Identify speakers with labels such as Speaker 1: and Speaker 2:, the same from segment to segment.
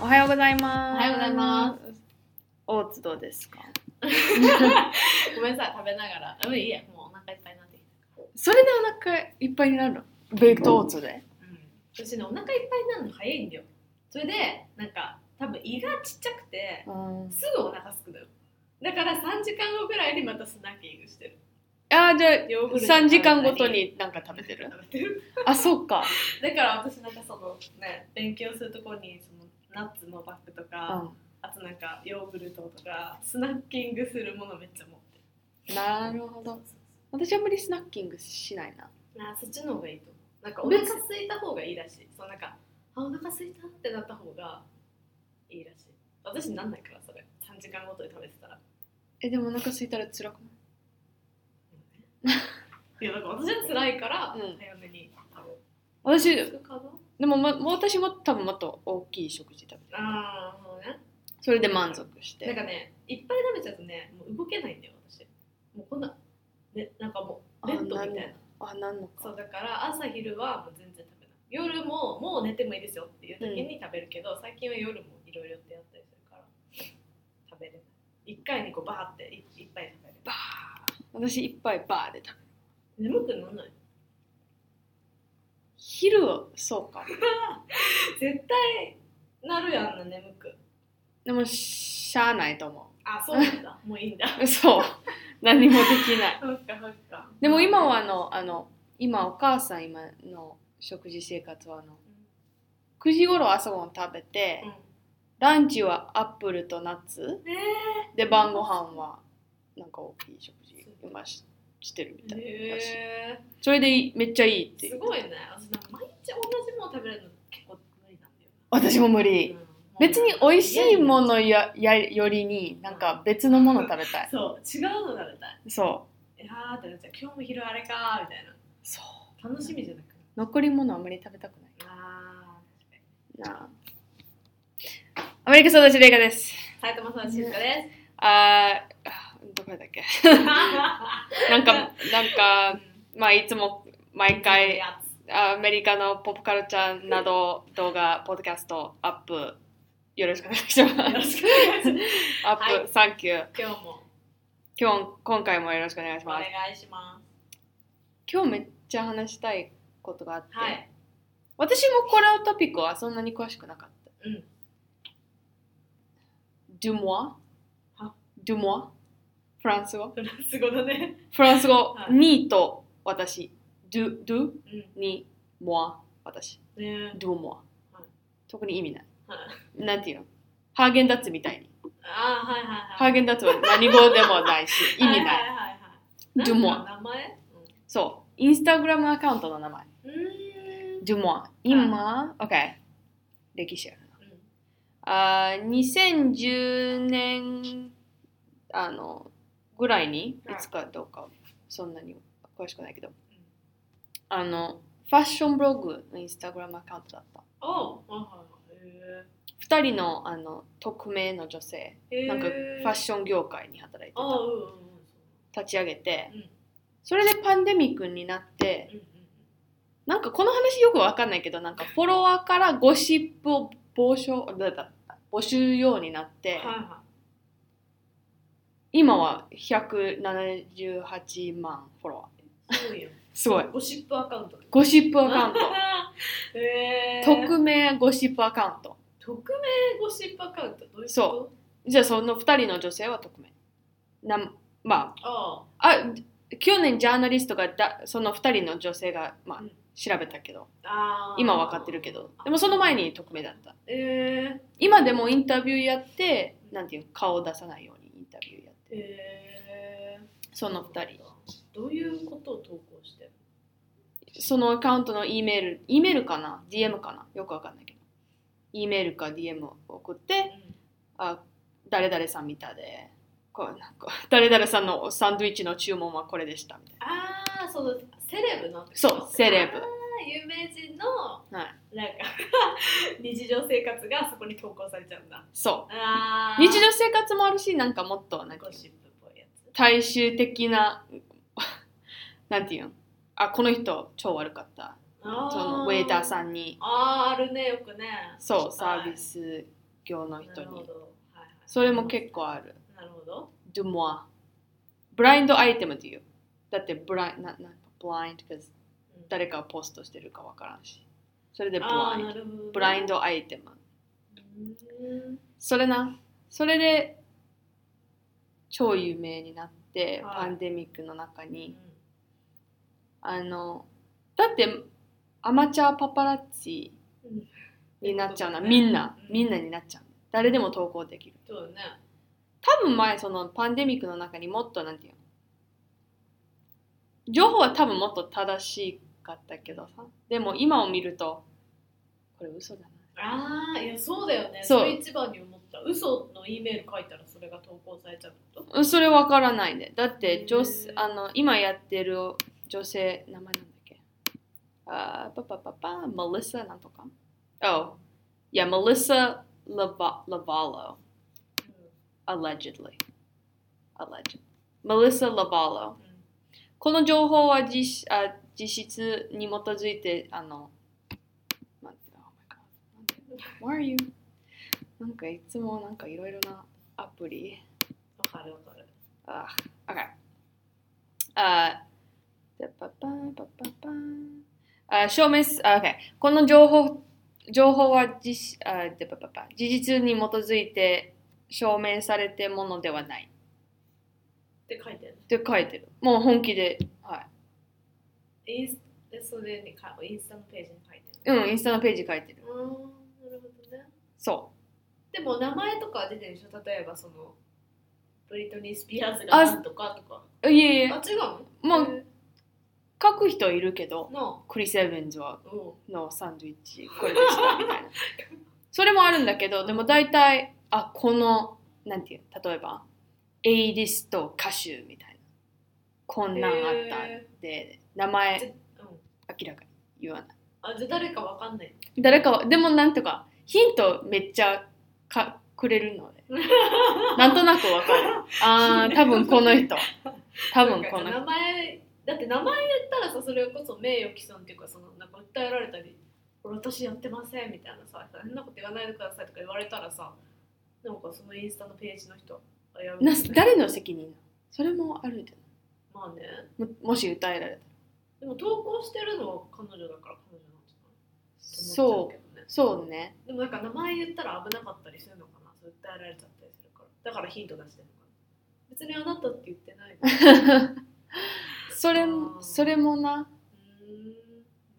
Speaker 1: おはようございます。。
Speaker 2: おはようございます
Speaker 1: 大津どうですか。
Speaker 2: ごめんなさい、食べながら。うん、いいや、もうお腹いっぱいになってき
Speaker 1: それでお腹いっぱいになるの。ベイクトオーツで。
Speaker 2: た。私ね、お腹いっぱいになるの早いんだよ。それで、なんか、多分胃がちっちゃくて、すぐお腹すくのよ。だから3時間後ぐらいにまたスナッキングしてる。
Speaker 1: あーじゃ
Speaker 2: ヨーグル
Speaker 1: あ
Speaker 2: ト
Speaker 1: 三時間ごとになんか食べてる。
Speaker 2: 食べてる。
Speaker 1: あそうか。
Speaker 2: だから私なんかそのね、勉強するところにそのナッツのバッグとか、あとなんかヨーグルトとか、スナッキングするものめっちゃ持ってる。
Speaker 1: なるほど。私あんまりスナッキングしないな。
Speaker 2: あそっちの方がいいと思うなんかお腹空いた方がいいらしいそうなんかあお腹空いたってなった方がいいらしい私なんないからそれ3時間ごとに食べて たら
Speaker 1: えでもお腹空いたら辛くない。
Speaker 2: いやなんか私は辛いから
Speaker 1: うん
Speaker 2: 早めに食べ
Speaker 1: 私
Speaker 2: る、
Speaker 1: で
Speaker 2: かな
Speaker 1: もま私も多分もっと大きい食事食べてる。
Speaker 2: ああそうね
Speaker 1: それで満足して。
Speaker 2: なんかねいっぱい食べちゃうとねもう動けないんだよ私もうこんなねなんかもうベッドみたいな
Speaker 1: あなんの
Speaker 2: そ
Speaker 1: か。
Speaker 2: うだから朝昼はもう全然食べない夜ももう寝てもいいですよっていう時に食べるけど、最近は夜もいろいろってやったりするから食べれない一回にこうバーっていいっぱい食べる
Speaker 1: バー。私一杯バーで食べる。
Speaker 2: 眠くならない
Speaker 1: 昼はそうか。
Speaker 2: 絶対なるやんな眠く
Speaker 1: でもしゃあないと思
Speaker 2: あそうなんだ もういいんだ
Speaker 1: う。そう。何もできない。
Speaker 2: そっかそっか
Speaker 1: でも今はあのあの今お母さん今の食事生活はあの9時頃朝ごはん食べて、
Speaker 2: うん、
Speaker 1: ランチはアップルとナッツ
Speaker 2: え
Speaker 1: で晩ご飯はなんか大きい食事今ししてるみた
Speaker 2: ー、
Speaker 1: い
Speaker 2: え
Speaker 1: それでいいめっちゃいいって
Speaker 2: ー、
Speaker 1: い
Speaker 2: す
Speaker 1: う
Speaker 2: ごいね私なんか毎日同じもの食べれるの結構無理なんだよ
Speaker 1: 私も無理、
Speaker 2: な、うん
Speaker 1: 別に美味しいも
Speaker 2: や
Speaker 1: のややよりになんか別のもの食べた
Speaker 2: や
Speaker 1: い
Speaker 2: そう違うの食べたい
Speaker 1: そ
Speaker 2: いやーってなっちゃう今日も昼あれかーみたいな
Speaker 1: うそう
Speaker 2: 楽しみじゃなく
Speaker 1: 残り物あんまり食べたくない
Speaker 2: あ
Speaker 1: なあアメリカ育ちレイカです
Speaker 2: ー埼玉さん静香で
Speaker 1: あーあどこだっけ
Speaker 2: す。
Speaker 1: なんかなんかまあいつも毎回
Speaker 2: やつ
Speaker 1: アメリカのポップカルチャーなど動画ポッドキャストアップよろしくお願いし
Speaker 2: よ
Speaker 1: ま
Speaker 2: ろ
Speaker 1: す
Speaker 2: しくお願いします。
Speaker 1: アップ、
Speaker 2: はい
Speaker 1: サンキュー
Speaker 2: 今日も
Speaker 1: 今日今回もよろしくお願いし
Speaker 2: お願
Speaker 1: ます
Speaker 2: いしま
Speaker 1: 今日めっちゃ話したいことがあって、
Speaker 2: す。はい。
Speaker 1: 私もこのトピックはそんなに詳しくなかった
Speaker 2: うん。
Speaker 1: デュモア
Speaker 2: は
Speaker 1: デュモアフランス語
Speaker 2: フランス語だね。
Speaker 1: フランス語、
Speaker 2: はい
Speaker 1: ニーと私ドゥドゥ
Speaker 2: うん。
Speaker 1: にモア私
Speaker 2: ね
Speaker 1: どうも
Speaker 2: はい。
Speaker 1: 特に意味ない
Speaker 2: は。
Speaker 1: なんていうのハーゲンダッツみたいに。
Speaker 2: あーはいはいはい。
Speaker 1: ハーゲンダッツは何語でもないし、意味
Speaker 2: は
Speaker 1: ないい。
Speaker 2: はいはいはい。
Speaker 1: ドゥモア
Speaker 2: なんか名前
Speaker 1: そう。インスタグラムアカウントの名前。
Speaker 2: うん。うーん
Speaker 1: ジュモア。今、OK。歴史あるな。
Speaker 2: うん
Speaker 1: あー2010年あのぐらいに、い
Speaker 2: はい
Speaker 1: つかどうか、そんなに詳しくないけど、あの、ファッションブログのインスタグラムアカウントだった。
Speaker 2: おうはいはいはい
Speaker 1: 2人のあの匿名の女性、
Speaker 2: へー
Speaker 1: なんかフ
Speaker 2: へー
Speaker 1: ァッション業界に働いて
Speaker 2: あ
Speaker 1: た。
Speaker 2: ーうんうん
Speaker 1: 立ち上げて
Speaker 2: うんうん
Speaker 1: それでパンデミックになって
Speaker 2: うんうん
Speaker 1: なんかこの話よくわかんないけどなんかフォロワーからゴシップを募集だだ募集ようになって、
Speaker 2: はいは
Speaker 1: 今は178万フォロワー
Speaker 2: い。すごいよ。
Speaker 1: すごい
Speaker 2: ゴシップアカウント。
Speaker 1: ゴシップアカウント
Speaker 2: へー
Speaker 1: 匿名ゴシップアカウント
Speaker 2: 匿名ゴシップアカウントどういうこと
Speaker 1: そじゃあその2人の女性は匿名なんま
Speaker 2: あ
Speaker 1: ああ去年ジャーナリストがだその2人の女性が、まあ
Speaker 2: うん
Speaker 1: 調べたけど
Speaker 2: あああ
Speaker 1: 今わかってるけどでもその前に匿名だった
Speaker 2: え
Speaker 1: 今でもインタビューやってなんていうの顔を出さないようにインタビューやっ
Speaker 2: ー、
Speaker 1: て
Speaker 2: え
Speaker 1: そ
Speaker 2: ー、
Speaker 1: の2人
Speaker 2: どういうことを投稿してる
Speaker 1: そのアカウントの E メール E メールかな DM かなよくわかんないけど E メールか DM を送ってあ誰々さん見たでこうなんか誰々さんのサンドイッチの注文はこれでしたみたいな
Speaker 2: ああそのセレブの
Speaker 1: そうセレブ
Speaker 2: あー有名人の
Speaker 1: は
Speaker 2: なんか 日常生活がそこに投稿されちゃうんだ
Speaker 1: そ
Speaker 2: あ
Speaker 1: う
Speaker 2: ー
Speaker 1: 日常生活もあるしなんかもっとなんか
Speaker 2: ゴシップっぽいやつ
Speaker 1: 大衆的な なんていうのあこの人超悪かった
Speaker 2: あ
Speaker 1: そのウェイター
Speaker 2: ん
Speaker 1: さんに
Speaker 2: あーあるねよくね
Speaker 1: そうサービス境の
Speaker 2: な
Speaker 1: 人
Speaker 2: るほ
Speaker 1: に
Speaker 2: ど。はいはい。
Speaker 1: それも結構ある
Speaker 2: なるほど。
Speaker 1: do more ブラインドアイテムっていうだってブラインななブラインド because
Speaker 2: うん
Speaker 1: 誰かをポストしてるかわからんしそれでブ
Speaker 2: あ
Speaker 1: ラ
Speaker 2: あ、
Speaker 1: イン
Speaker 2: な
Speaker 1: ド
Speaker 2: るほど。
Speaker 1: ブライン
Speaker 2: ド。
Speaker 1: ドアイテムそれなそれで超有名になって、
Speaker 2: は
Speaker 1: パ
Speaker 2: い
Speaker 1: ンデミックの中にあのだってアマチュアパパラッチ
Speaker 2: うん
Speaker 1: になっちゃうな、
Speaker 2: うん
Speaker 1: みんな
Speaker 2: うん
Speaker 1: みんなになっちゃう誰でも投稿できる
Speaker 2: そうね。
Speaker 1: 多分前そのパンデミックの中にもっとなんていうの情報は多分もっと正しかったけどさでも今を見るとこれ嘘だな
Speaker 2: ああ、いや、そうだよね。
Speaker 1: そう
Speaker 2: それ一番に思った。嘘の E メール書いたらそれが投稿されちゃうってこと
Speaker 1: うんそれわからないねだって女
Speaker 2: へ
Speaker 1: 性
Speaker 2: ー
Speaker 1: あの今やってる女性名前なんだっけあーパパパパマリサなんとか Oh yeah Melissa Lava- Lavallo
Speaker 2: う
Speaker 1: allegedly alleged Melissa Lavallo
Speaker 2: んうん
Speaker 1: この情報は実あ実質に基づいてあのなんて oh my god なんて Why are you なんかいつもなんかいろいろなアプリ
Speaker 2: わかるわかる。
Speaker 1: Ah, okay. Uh, da- ba- ba- ba- ba- ba. Uh, 証明す、あ okay. この情報情報は実,あ、でばばば事実に基づいて証明されてものではない
Speaker 2: って書いてある。
Speaker 1: って書いてる。もう本気で、は
Speaker 2: インスでそれにかインスタのページに書いて
Speaker 1: い。
Speaker 2: る。
Speaker 1: うん、インスタのページ書いてる。
Speaker 2: うん、なるほどね。
Speaker 1: そ
Speaker 2: でも名前とかは出てるでしょ例えばそのブリトニー・スピアーズ
Speaker 1: あ
Speaker 2: がなんとかとか。
Speaker 1: う。いえい
Speaker 2: あ、違
Speaker 1: え、
Speaker 2: うの
Speaker 1: まあ、
Speaker 2: え
Speaker 1: 書く人いるけ
Speaker 2: ー
Speaker 1: ど、
Speaker 2: の、
Speaker 1: クリス・エヴンズは
Speaker 2: うん、
Speaker 1: のサンドイッチこれでしたみたいなそれもあるんだけどでも大体あこのなんていう例えばエイリスト歌手みたいなこんなんあった
Speaker 2: へ
Speaker 1: で名前
Speaker 2: ぜうん
Speaker 1: 明らかに言わない
Speaker 2: あ、じゃあ誰かわかんない。
Speaker 1: 誰かはでもなんとかヒントめっちゃかくれるのでなんとなくわかるあー多分この人多分この
Speaker 2: なん
Speaker 1: 人
Speaker 2: か名前、だって名前言ったらさ、それこそ名誉毀損っていうか、そのなんか訴えられたり、これ私やってませんみたいなさ、変なこと言わないでくださいとか言われたらさ、なんかそのインスタのページの人、あやる
Speaker 1: な誰の責任なのそれもあるんじ
Speaker 2: まあね。
Speaker 1: ゃないももし歌えられたら
Speaker 2: でも投稿してるのは彼女だから彼女なんじゃない
Speaker 1: そう
Speaker 2: う。
Speaker 1: そうね
Speaker 2: でもなんか名前言ったら危なかったりするのかなそう訴えられちゃったりするからだからヒント出してるのかな別にあなたって言ってな いのう
Speaker 1: それ
Speaker 2: あ
Speaker 1: も
Speaker 2: ー
Speaker 1: それもな
Speaker 2: ーん面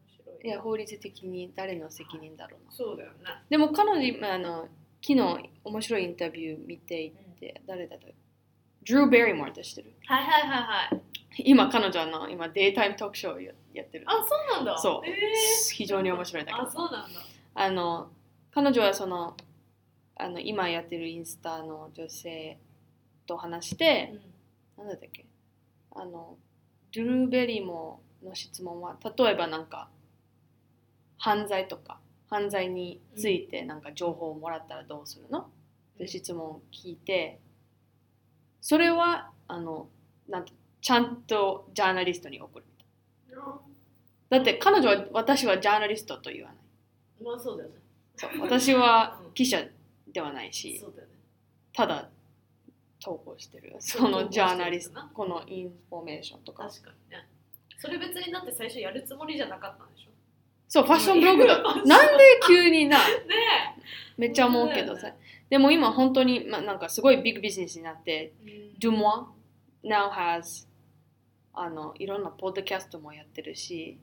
Speaker 2: 白い
Speaker 1: いや法律的に誰の責任だろうな
Speaker 2: そうだよね、
Speaker 1: でも彼女まああの昨日面白いインタビュー見ていて誰だったドゥー・ベリモアって知ってる
Speaker 2: はいはいはいはい
Speaker 1: 今彼女はあの今デイタイムトークショーをややってる
Speaker 2: あそうなんだ
Speaker 1: そう
Speaker 2: え
Speaker 1: 非常に面白いんだ
Speaker 2: ー、
Speaker 1: け
Speaker 2: あ
Speaker 1: ど
Speaker 2: そうなんだ
Speaker 1: あの彼女はそのあの今やってるインスタの女性と話して、
Speaker 2: うん
Speaker 1: なんだったっけあのドゥルーベリーもの質問は例えばなんか犯罪とか犯罪についてなんか情報をもらったらどうするの、って質問を聞いてそれはあのなんてちゃんとジャーナリストに送るみたいだって彼女は私はジャーナリストと言わない
Speaker 2: まあそうだよね
Speaker 1: そう私は記者ではないし
Speaker 2: そうだよね
Speaker 1: ただ投稿してるそのジャーナリスト
Speaker 2: 投稿してるな
Speaker 1: このインフォメーションとか
Speaker 2: 確かにねそれ別になって最初やるつもりじゃなかったんでしょ
Speaker 1: そうファッションブログ だ
Speaker 2: ファッション
Speaker 1: なんで急にな
Speaker 2: ね
Speaker 1: めっちゃ思うけど
Speaker 2: そうだ
Speaker 1: さ
Speaker 2: よね
Speaker 1: でも今本当に、ま、なんかすごいビッグビジネスになって
Speaker 2: え、うん、
Speaker 1: d u m o i now has あのいろんなポッドキャストもやってるし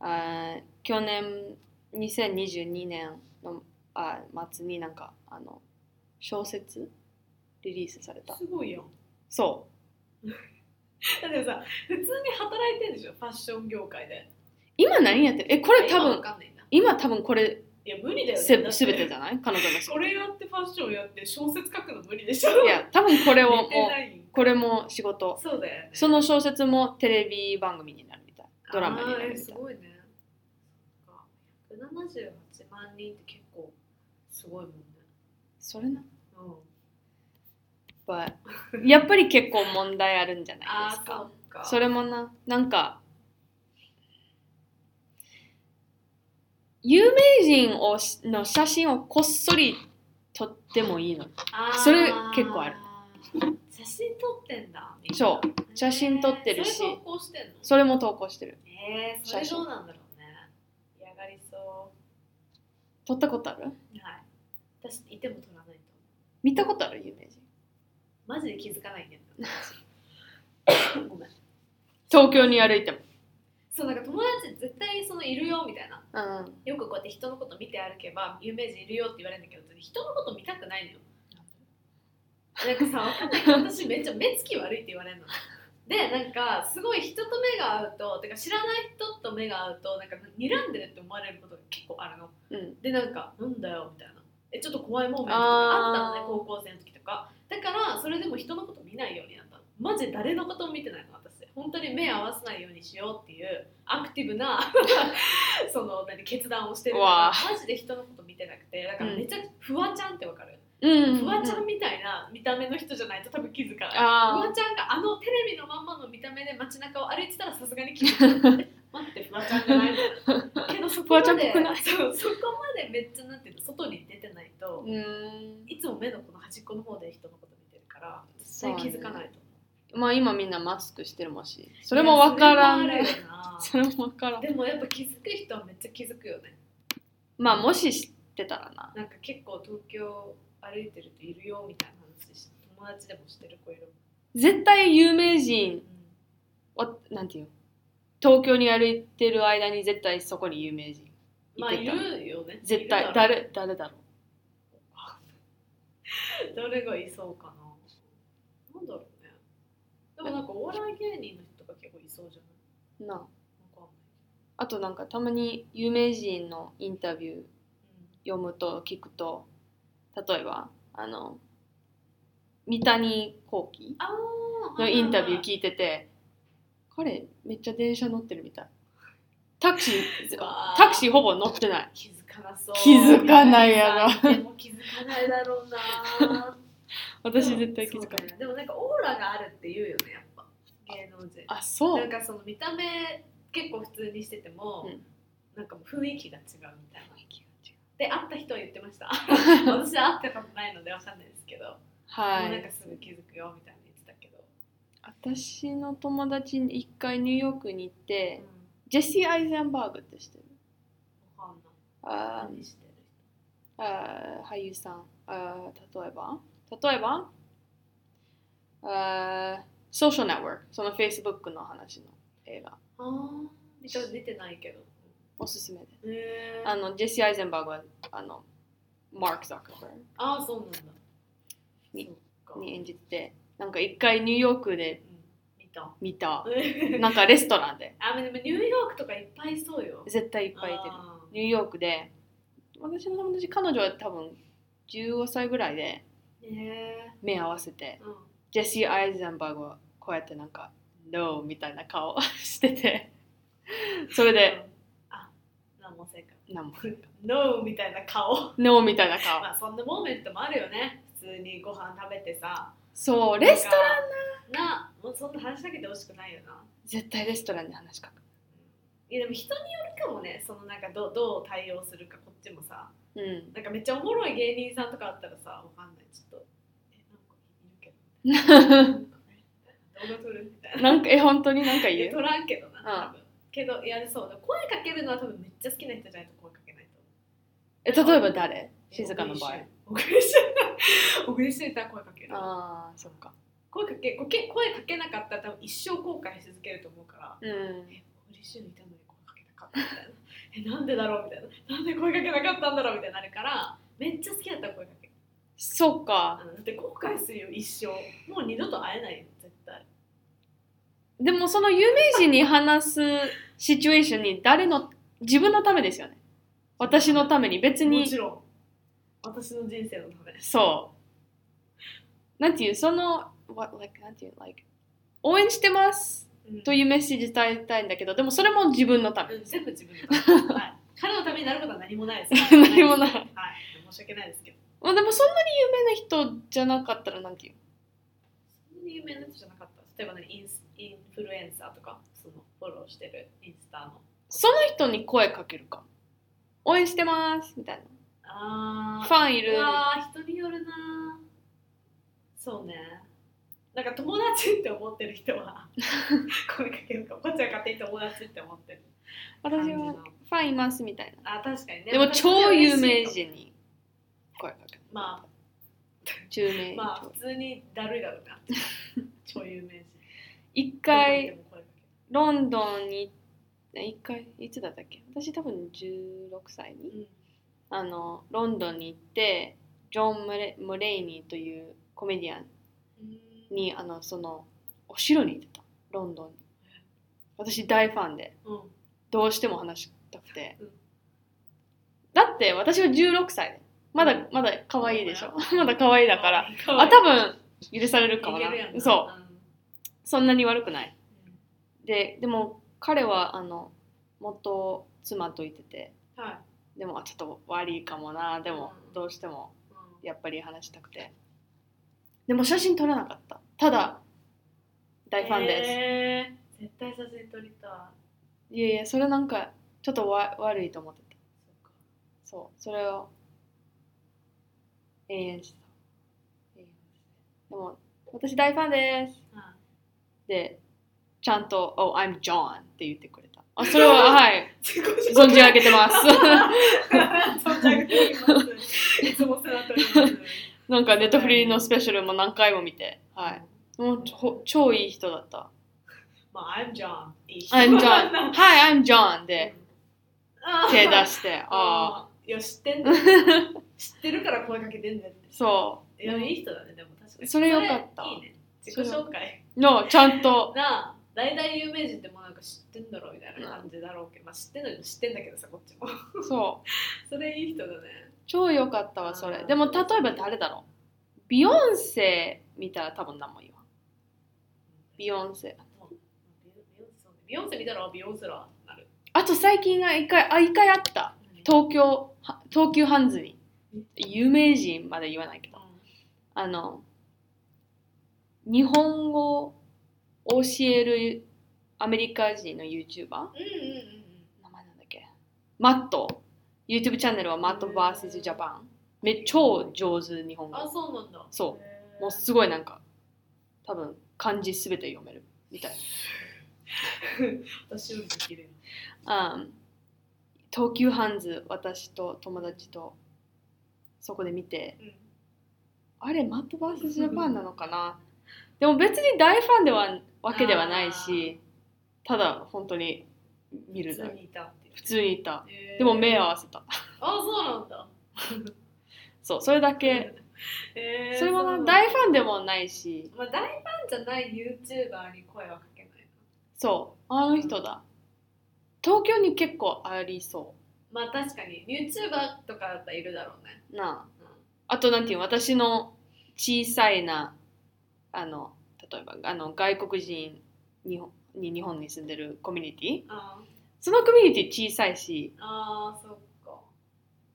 Speaker 1: あー去年2022年のあ末になんかあの小説リリースされた
Speaker 2: すごいよ
Speaker 1: そ
Speaker 2: だってさ普通に働いてるでしょファッション業界で
Speaker 1: う今何やってるえこれ多
Speaker 2: 今わ
Speaker 1: 分
Speaker 2: かんないない
Speaker 1: 今多分これ
Speaker 2: や無理だよ
Speaker 1: す
Speaker 2: ね
Speaker 1: すべて
Speaker 2: だ
Speaker 1: じゃない彼女の
Speaker 2: って
Speaker 1: 仕
Speaker 2: こ
Speaker 1: 事
Speaker 2: れやってファッションやって小説書くの無理でしょ
Speaker 1: いや多分これをも
Speaker 2: 似てない
Speaker 1: これも仕事
Speaker 2: そうだよね
Speaker 1: その小説もテレビ番組になるみたいドラマになる
Speaker 2: あー
Speaker 1: み
Speaker 2: す
Speaker 1: たい
Speaker 2: ごいねそっか178万人って結構すごいもんね
Speaker 1: それな
Speaker 2: うん
Speaker 1: やっぱやっぱり結構問題あるんじゃないで
Speaker 2: あ
Speaker 1: す
Speaker 2: あそ
Speaker 1: か
Speaker 2: っか
Speaker 1: それもななんか有名人をしの写真をこっそり撮ってもいいの
Speaker 2: あー
Speaker 1: それ結構ある
Speaker 2: 写真撮ってんだみんな
Speaker 1: そう
Speaker 2: へー
Speaker 1: 写真撮ってるし
Speaker 2: それ投稿してんの
Speaker 1: それも投稿してる
Speaker 2: えー、それどうなんだろうね嫌がりそ
Speaker 1: 撮ったことある
Speaker 2: うはい私いても撮らないと
Speaker 1: 見たことある有名人
Speaker 2: マジで気づかないけど ごめん
Speaker 1: 東京に歩いても
Speaker 2: そうなんか友達絶対そのいるよみたいな
Speaker 1: うん
Speaker 2: よくこうやって人のこと見て歩けば有名人いるよって言われるんだけど人のこと見たくないのよなんかさわかんないけど私めっちゃ目つき悪いって言われるのでなんかすごい人と目が合うとてか知らない人と目が合うとなんか睨んでるって思われることが結構あるの
Speaker 1: うん
Speaker 2: でなんかなんだよみたいなえちょっと怖いモーメントとかあったのね
Speaker 1: あー
Speaker 2: 高校生の時とかだからそれでも人のこと見ないようになったのマジで誰のことも見てないの私本当に目合わせないようにしようっていうアクティブな その何決断をしてるか
Speaker 1: わ
Speaker 2: らマジで人のこと見てなくてだからめっちゃフワちゃんってわかる、
Speaker 1: うん
Speaker 2: フワちゃんみたいな見た目の人じゃないと多分気づかないフ
Speaker 1: あ
Speaker 2: ワちゃんがあのテレビのまんまの見た目で街中を歩いてたらさすがに気づ く待ってフワちゃんじゃないけどそこま
Speaker 1: フワちゃん
Speaker 2: で
Speaker 1: っぽくない
Speaker 2: そうそこまでめっちゃなんていうの外に出てない
Speaker 1: あ
Speaker 2: と
Speaker 1: うん
Speaker 2: いつも目のこの端っこの方で人のこと見てるから絶
Speaker 1: そう
Speaker 2: 対
Speaker 1: ね
Speaker 2: 気づかないと思う
Speaker 1: まあ今みんなマスクしてるもんしそれもわからん
Speaker 2: いや
Speaker 1: ね
Speaker 2: それもあ
Speaker 1: そ
Speaker 2: る
Speaker 1: れもわからん
Speaker 2: よなでもやっぱ気づく人はめっちゃ気づくよね
Speaker 1: まあもし知ってたらな
Speaker 2: なんか結構東京歩いてるといるよみたいな話し友達でもしてる子いる
Speaker 1: 絶対有名
Speaker 2: も
Speaker 1: 人
Speaker 2: ん、
Speaker 1: はなんていうの東京に歩いてる間に絶対そこに有名人
Speaker 2: まあ
Speaker 1: い
Speaker 2: い
Speaker 1: てた
Speaker 2: るよね
Speaker 1: 絶対
Speaker 2: いるだろう
Speaker 1: 誰誰だろ
Speaker 2: 誰がいそうかな。なんだろうね。でもなんかお笑い芸人の人が結構いそうじゃな
Speaker 1: なあ
Speaker 2: いうなんかわかんない
Speaker 1: あとなんかたまに有名人のインタビュー
Speaker 2: け
Speaker 1: 読むと聞くと例えばあの三谷幸喜
Speaker 2: ど。うん、ああ。
Speaker 1: のインタビュー
Speaker 2: き
Speaker 1: 聞いてて彼めっちゃ電車乗ってるみたいタクシー
Speaker 2: うわー
Speaker 1: タクシーほぼ乗ってない
Speaker 2: 気づかなそう。
Speaker 1: 気づかないや
Speaker 2: ろ。でも気づかないだろうな。
Speaker 1: 私絶対気づかない、
Speaker 2: そうだねでもなんかオーラがあるって言うよね、やっぱ。芸能人。
Speaker 1: あそ
Speaker 2: なん
Speaker 1: う
Speaker 2: かその見た目結構普通にしてても、
Speaker 1: うん
Speaker 2: なんかもう雰囲気が違うみたいな。で、会った人は言ってま した。私は会ったことないのでわかんないですけど。
Speaker 1: は
Speaker 2: もうなんか
Speaker 1: い
Speaker 2: すぐ気づくよみたいに言ってたけど、
Speaker 1: 私の友達に一回ニューヨークに行ってジェシー・アイゼンバーグって知ってる
Speaker 2: わかんない
Speaker 1: あー
Speaker 2: 何してる
Speaker 1: あー俳優さんあー例えば例えばあーソーシャルネットワークその Facebook の話の映画
Speaker 2: 人ああ見た出てないけど
Speaker 1: おすすめです
Speaker 2: へえ
Speaker 1: あのジェシー・アイゼンバーグはあのマーク・ザッカーバーグ
Speaker 2: ああそうなんだ
Speaker 1: に
Speaker 2: そっか
Speaker 1: に演じててなんか一回ニューヨークで
Speaker 2: うん見た
Speaker 1: 見た
Speaker 2: あ
Speaker 1: なんかレストランで
Speaker 2: でもニューヨークとかいっぱいそうよ
Speaker 1: 絶対いっぱいいてる
Speaker 2: あ
Speaker 1: ニューヨークで私の友達彼女は多分15歳ぐらいで
Speaker 2: ーへ
Speaker 1: 目合わせて
Speaker 2: えうん
Speaker 1: ジェシー・アイゼンバーグはこうやってなんか「No」みたいな顔 をしててそれで
Speaker 2: うんあ何もせんか
Speaker 1: 何も
Speaker 2: 「NO」みたいな顔
Speaker 1: 「No」みたいな顔
Speaker 2: まあそんなモーメントもあるよね普通にご飯食べてさ
Speaker 1: そうレストラン
Speaker 2: ンななもうそんな話しかけてほしくないよな
Speaker 1: 絶対レストランに話しかけ
Speaker 2: いやでも人によるかもねそのなんかどどう対応するかこっちもさ
Speaker 1: るうん
Speaker 2: なんかめっちゃおもろい芸人さんとかあったらさわかんないちょっとえなんかいるけどなんかね動画撮るみたいな
Speaker 1: なんかえ本当になんか
Speaker 2: い
Speaker 1: 言
Speaker 2: や撮
Speaker 1: う
Speaker 2: らんけどな
Speaker 1: うん
Speaker 2: 多分、けどいやそうだ声かけるのは多分めっちゃ好きな人じゃないと声かけないと思
Speaker 1: え例
Speaker 2: う
Speaker 1: えば誰静かの場合
Speaker 2: 小 栗旬小栗旬い たら声かける
Speaker 1: あーそっか
Speaker 2: 声かけこけ声かけなかったら多分一生後悔し続けると思うから
Speaker 1: うん
Speaker 2: え嬉しいのいたのに声かけなかったみたいなえなん でだろうみたいななんで声かけなかったんだろうみたいになるからめっちゃ好きだったら声かけ
Speaker 1: そっか
Speaker 2: あのだって後悔するよ一生もう二度と会えないよ絶対
Speaker 1: でもその有名人に話すシチュエーションに誰の自分のためですよね私のために別に
Speaker 2: もちろん私の人生のため
Speaker 1: そう。なんていう、その、what, like, なんていう、like, 応援してます
Speaker 2: うん
Speaker 1: というメッセージ伝えたいんだけど、でもそれも自分のため。
Speaker 2: うん全部自分のため、はい、彼のためになることは何もないです
Speaker 1: 何もない
Speaker 2: はい、申し訳ないですけど
Speaker 1: まあでもそんなに有名な人じゃなかったら、なんていう。
Speaker 2: そんなに有名な人じゃなかった例えばねインスインフルエンサーとかそのフォローしてるインスタの
Speaker 1: その人に声かけるかも。応援してますみたいな。
Speaker 2: あ
Speaker 1: フ
Speaker 2: ー
Speaker 1: ァンいる
Speaker 2: うわー人によるなそうねなんか友達って思ってる 人は声かけるかこっちは勝手に友達って思ってる感
Speaker 1: 私
Speaker 2: じの
Speaker 1: はファンいますみたい
Speaker 2: あ確かにね
Speaker 1: なでも超有名
Speaker 2: 私は嬉しい
Speaker 1: 人に声かけ る
Speaker 2: とま
Speaker 1: 中名
Speaker 2: あまあ普通にだるいだろうな超有名人
Speaker 1: 一
Speaker 2: どこ行っ
Speaker 1: 回
Speaker 2: ても声かける
Speaker 1: ロンドンにえ一回いつだったっけ私多分16歳に
Speaker 2: うん
Speaker 1: あのロンドンに行ってジョン・ムレムレイニーというコメディアン
Speaker 2: うん
Speaker 1: にあのそのお城に行ってたロンドンに私大ファンで
Speaker 2: うん
Speaker 1: どうしても話したくて、
Speaker 2: うん
Speaker 1: だって私は16歳でまだまだ可愛いでしょ まだ可愛いだから
Speaker 2: 可愛
Speaker 1: あ
Speaker 2: い
Speaker 1: 多分許されるかも
Speaker 2: い
Speaker 1: な
Speaker 2: けるやん
Speaker 1: そう
Speaker 2: うん
Speaker 1: そんなに悪くない
Speaker 2: うん
Speaker 1: ででも彼はあの元妻といてて
Speaker 2: はい
Speaker 1: でもあちょっと悪いかもなでも
Speaker 2: うん
Speaker 1: どうしても
Speaker 2: うん
Speaker 1: やっぱり話したくてでも写真撮らなかったただ大ファンです、
Speaker 2: えー絶対写真撮りたい
Speaker 1: いやいやそれなんかちょっとわ悪いと思ってた
Speaker 2: そっか
Speaker 1: そうそれを永遠してた永遠してたでも私大ファンです
Speaker 2: は
Speaker 1: でちゃんと「Oh I'm John」って言ってくれたあそれははい
Speaker 2: い自己紹介
Speaker 1: 存じ上げてます
Speaker 2: 存じ上げていますいつもお世話になっております
Speaker 1: なんかネットフリーのスペシャルも何回も見てはいもうちょほ超いい人だった
Speaker 2: まあ I'm John い
Speaker 1: 「
Speaker 2: い人
Speaker 1: I'm John」「Hi I'm John」で
Speaker 2: あー
Speaker 1: 手出 してああ
Speaker 2: あーいや知って んだ知ってるから声かけてんだって
Speaker 1: そ
Speaker 2: いやいい人だねでも確かに
Speaker 1: それよかった
Speaker 2: それいいね自己紹介
Speaker 1: うのちゃんと
Speaker 2: なあ大体有名人ってもうなんか知ってんだろうみたいな感じだろうけど、まあ、知ってんのに知ってんだけどさこっちも
Speaker 1: そう
Speaker 2: それいい人だね
Speaker 1: 超良かったわそれ
Speaker 2: あー
Speaker 1: でも例えば誰だろうビヨンセ見たら多分何も言わんビヨンセ
Speaker 2: もうビヨビヨンセそうねビヨンセ見たらビヨンセラなる
Speaker 1: あと最近が一回あ一回あった東京は東急ハンズに有名人まで言わないけどあの日本語を教えるアメリカ人の YouTuber
Speaker 2: うんうんうんうん
Speaker 1: 名前なんだっけマット YouTube チャンネルはマット VS ジャパンめっちゃ上手日本語
Speaker 2: あそうなんだ
Speaker 1: そう
Speaker 2: へー
Speaker 1: もうすごいなんか多分漢字すべて読めるみたい
Speaker 2: 私よりできる
Speaker 1: な、うん、東急ハンズ私と友達とそこで見て
Speaker 2: うん
Speaker 1: あれマットバースジャパンなのかなでも別に大ファンではわけではないしただ本当に見
Speaker 2: 普
Speaker 1: るだ
Speaker 2: 通
Speaker 1: け
Speaker 2: にいたっていう
Speaker 1: 普通にいた
Speaker 2: へー
Speaker 1: でも目合わせた
Speaker 2: あそうなんだ
Speaker 1: そうそれだけ
Speaker 2: へー
Speaker 1: それもな
Speaker 2: うなんだ
Speaker 1: 大ファンでもないし
Speaker 2: まあ、大ファンじゃない YouTuber に声はかけない
Speaker 1: そうあの人だ東京に結構ありそ
Speaker 2: なまあ確かに YouTuber とかだったらいるだろうね、
Speaker 1: うなあ
Speaker 2: う
Speaker 1: あとなんていうの私の小さいなあの例えばあの外国人日本に日本に住んでるコミュニティ
Speaker 2: ん、あー
Speaker 1: そのコミュニティ小さいし
Speaker 2: あーそっか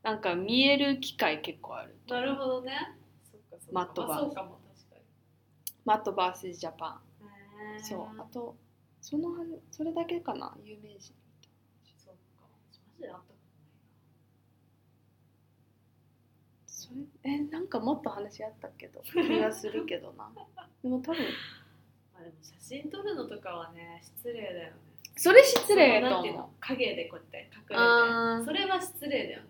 Speaker 1: なんか見える機会結構ある
Speaker 2: なるほどねそっかそっか
Speaker 1: マットバー
Speaker 2: まあそうかも確か
Speaker 1: マットバースジャパ
Speaker 2: にへ
Speaker 1: ン
Speaker 2: ー
Speaker 1: そうあとそのはそれだけかな有名人
Speaker 2: そっかマジであったこ
Speaker 1: それえなんかもっと話あったけど気がするけど なでも多分
Speaker 2: とないなまあでも写真撮るのとかはね失礼だよね
Speaker 1: それ失礼や
Speaker 2: そのな
Speaker 1: と
Speaker 2: んていう
Speaker 1: 思
Speaker 2: の影でこうやって隠れて
Speaker 1: あー
Speaker 2: それは失礼だよね、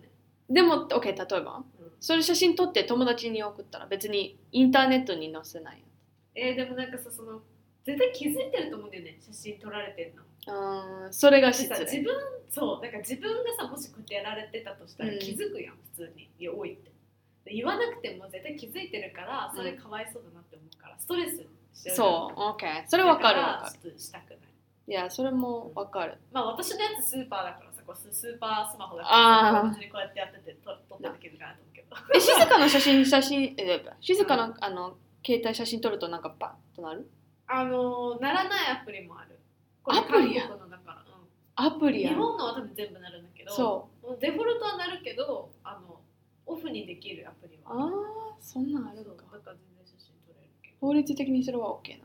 Speaker 1: うでも OK 例えば
Speaker 2: うん、
Speaker 1: それ写真撮って友達に送ったら別にインターネットに載せない
Speaker 2: えー、でもなんかさその絶対気づいてると思うんだよね写真撮られてんの
Speaker 1: うーんそれが失
Speaker 2: さ自
Speaker 1: 礼
Speaker 2: 分そうだから自分がさもしこうやってやられてたとしたら
Speaker 1: うん
Speaker 2: 気づくやん、普通に「いやおい」ってで言わなくても絶対気づいてるからそれかわいそうだなって思うからストレスしちゃう
Speaker 1: そう、OK。それ
Speaker 2: う
Speaker 1: わかるわかる。
Speaker 2: るしたくない
Speaker 1: いや、それもわかる。
Speaker 2: まあ私のやつスーパーだからさこうススーパースマホだか
Speaker 1: あ
Speaker 2: ら
Speaker 1: ー
Speaker 2: 別にこうやってやってて撮撮ってできるかなと思うけど
Speaker 1: え、静かの写真、写真、え、静かの、あの、携帯写真撮るとなんかパッとなる
Speaker 2: あのーならないアプリもあるこ
Speaker 1: アプリや
Speaker 2: 韓国のだから、う
Speaker 1: アプ
Speaker 2: ん、
Speaker 1: リ
Speaker 2: 日
Speaker 1: やん。
Speaker 2: 本のは多分全部なるんだけど
Speaker 1: そう
Speaker 2: デフォルトはなるけどあのオフにできるアプリ
Speaker 1: う。あ
Speaker 2: は
Speaker 1: あ、そんなんあるの
Speaker 2: そう
Speaker 1: か。
Speaker 2: だから全然写真撮れるけど
Speaker 1: 法律的にそれは OK なの。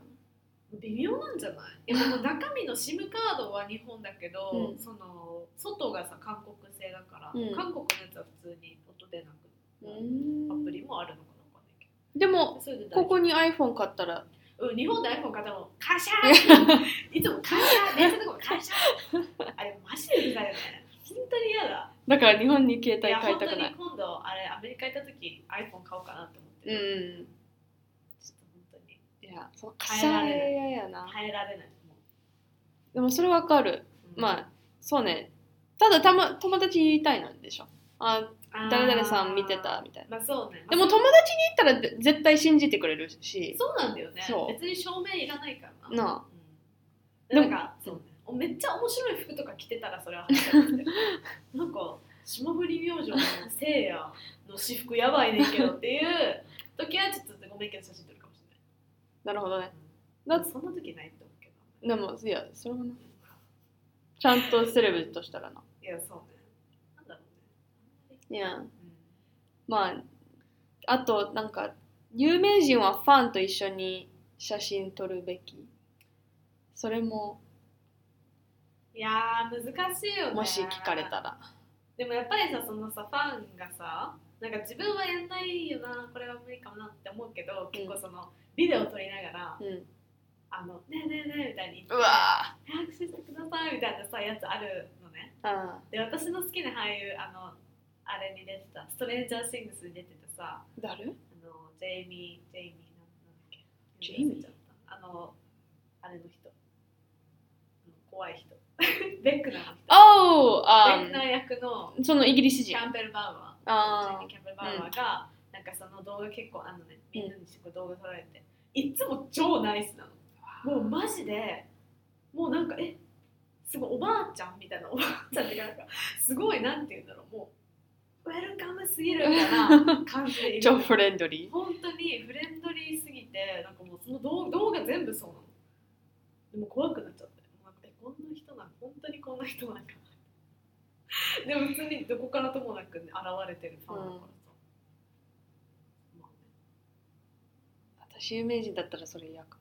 Speaker 2: 微妙なんじゃないいやでも中身の SIM カードは日本だけど、
Speaker 1: うん
Speaker 2: その外がさ韓国製だから、
Speaker 1: うん
Speaker 2: 韓国のやつは普通に音出なく、
Speaker 1: うん
Speaker 2: アプリもあるのかなわかんないけ
Speaker 1: でも
Speaker 2: どそれで大丈夫
Speaker 1: ここに iPhone 買ったら
Speaker 2: うん、日本で iPhone 買ったのカシャーっていつもカシャー電車とかもカシャ ーあれマジでうざいよね本当に嫌だ
Speaker 1: だから日本に携
Speaker 2: いや
Speaker 1: 帯買い
Speaker 2: 本当
Speaker 1: たくな
Speaker 2: に
Speaker 1: い
Speaker 2: 今度あれアメリカ行った時 iPhone 買おうかなと思って
Speaker 1: う
Speaker 2: る、
Speaker 1: ん
Speaker 2: ちょっと本当に
Speaker 1: いやそうカシ
Speaker 2: 変え
Speaker 1: ャ
Speaker 2: られない
Speaker 1: レややな
Speaker 2: 耐えられないも
Speaker 1: でもそれわかる
Speaker 2: う、
Speaker 1: まあそうねただた、ま、友達に言いたいなんでしょあ
Speaker 2: あー
Speaker 1: 誰々さん見てたみたいな
Speaker 2: まあそうね、
Speaker 1: でも
Speaker 2: まあ
Speaker 1: 友達に言ったらぜ絶対信じてくれるし
Speaker 2: そうなんだよね
Speaker 1: そう
Speaker 2: 別に証明いらないからな
Speaker 1: な
Speaker 2: うん、
Speaker 1: でも
Speaker 2: なんかそう、ね、おめっちゃ面白い服とか着てたらそれは話だけど なんか霜降り明星のせいやの私服やばいねんけどっていう時はちょっとごめんけど写真撮るかもし
Speaker 1: なるほど
Speaker 2: れ
Speaker 1: ね
Speaker 2: ない、
Speaker 1: だ
Speaker 2: そんな時ないと思うけど
Speaker 1: でもいやそれはなちゃんとセレブとしたらない
Speaker 2: やそうねなんだろう
Speaker 1: い
Speaker 2: ね
Speaker 1: や
Speaker 2: う
Speaker 1: まああとなんか有名人はファンと一緒に写真撮るべきそれも
Speaker 2: んいやー難しいよね
Speaker 1: もし聞かれたら
Speaker 2: でもやっぱりさそのさファンがさなんか自分はやんないよなこれは無理かもなって思うけど結構その、ビデオ撮りながら
Speaker 1: うん
Speaker 2: あのねえねえねえみたいに言って
Speaker 1: うわ
Speaker 2: 早くしてくださいみたいなさやつあるのね
Speaker 1: ーあ
Speaker 2: で私の好きな俳優あのあれに出てたストレンジャー・シングスに出てたさ
Speaker 1: 誰
Speaker 2: あのジェイミージェイミーなんなんだっけ
Speaker 1: ジェイミー
Speaker 2: 忘れちゃったあのあれの人あの怖い人 ベックナーの人
Speaker 1: おあ
Speaker 2: ベックナー役の
Speaker 1: そのイギリス
Speaker 2: キ
Speaker 1: 人
Speaker 2: ャンベル・バウアージェイ
Speaker 1: あ
Speaker 2: ミーキャンベル・バウアーが、なんかその動画結構あのねみんなにしてこう動画撮られて、いつも超ナイスなのもうマジでもうなんかえすごいおばあちゃんみたいなおばあちゃんっていうかなんかすごいなんて言うんだろうもうウェルカムすぎるみたいな感じで
Speaker 1: ー
Speaker 2: い る
Speaker 1: 超フレンドリ
Speaker 2: 本当にフレンドリーすぎてなんかもうその動動画全部そうなのでも怖くなっちゃってなんかえこんな人なん本当にこんな人なんかでも普通にどこからともなく、ね、現れてるファンだからさ、まあね
Speaker 1: ー私有名人だったらそれ嫌か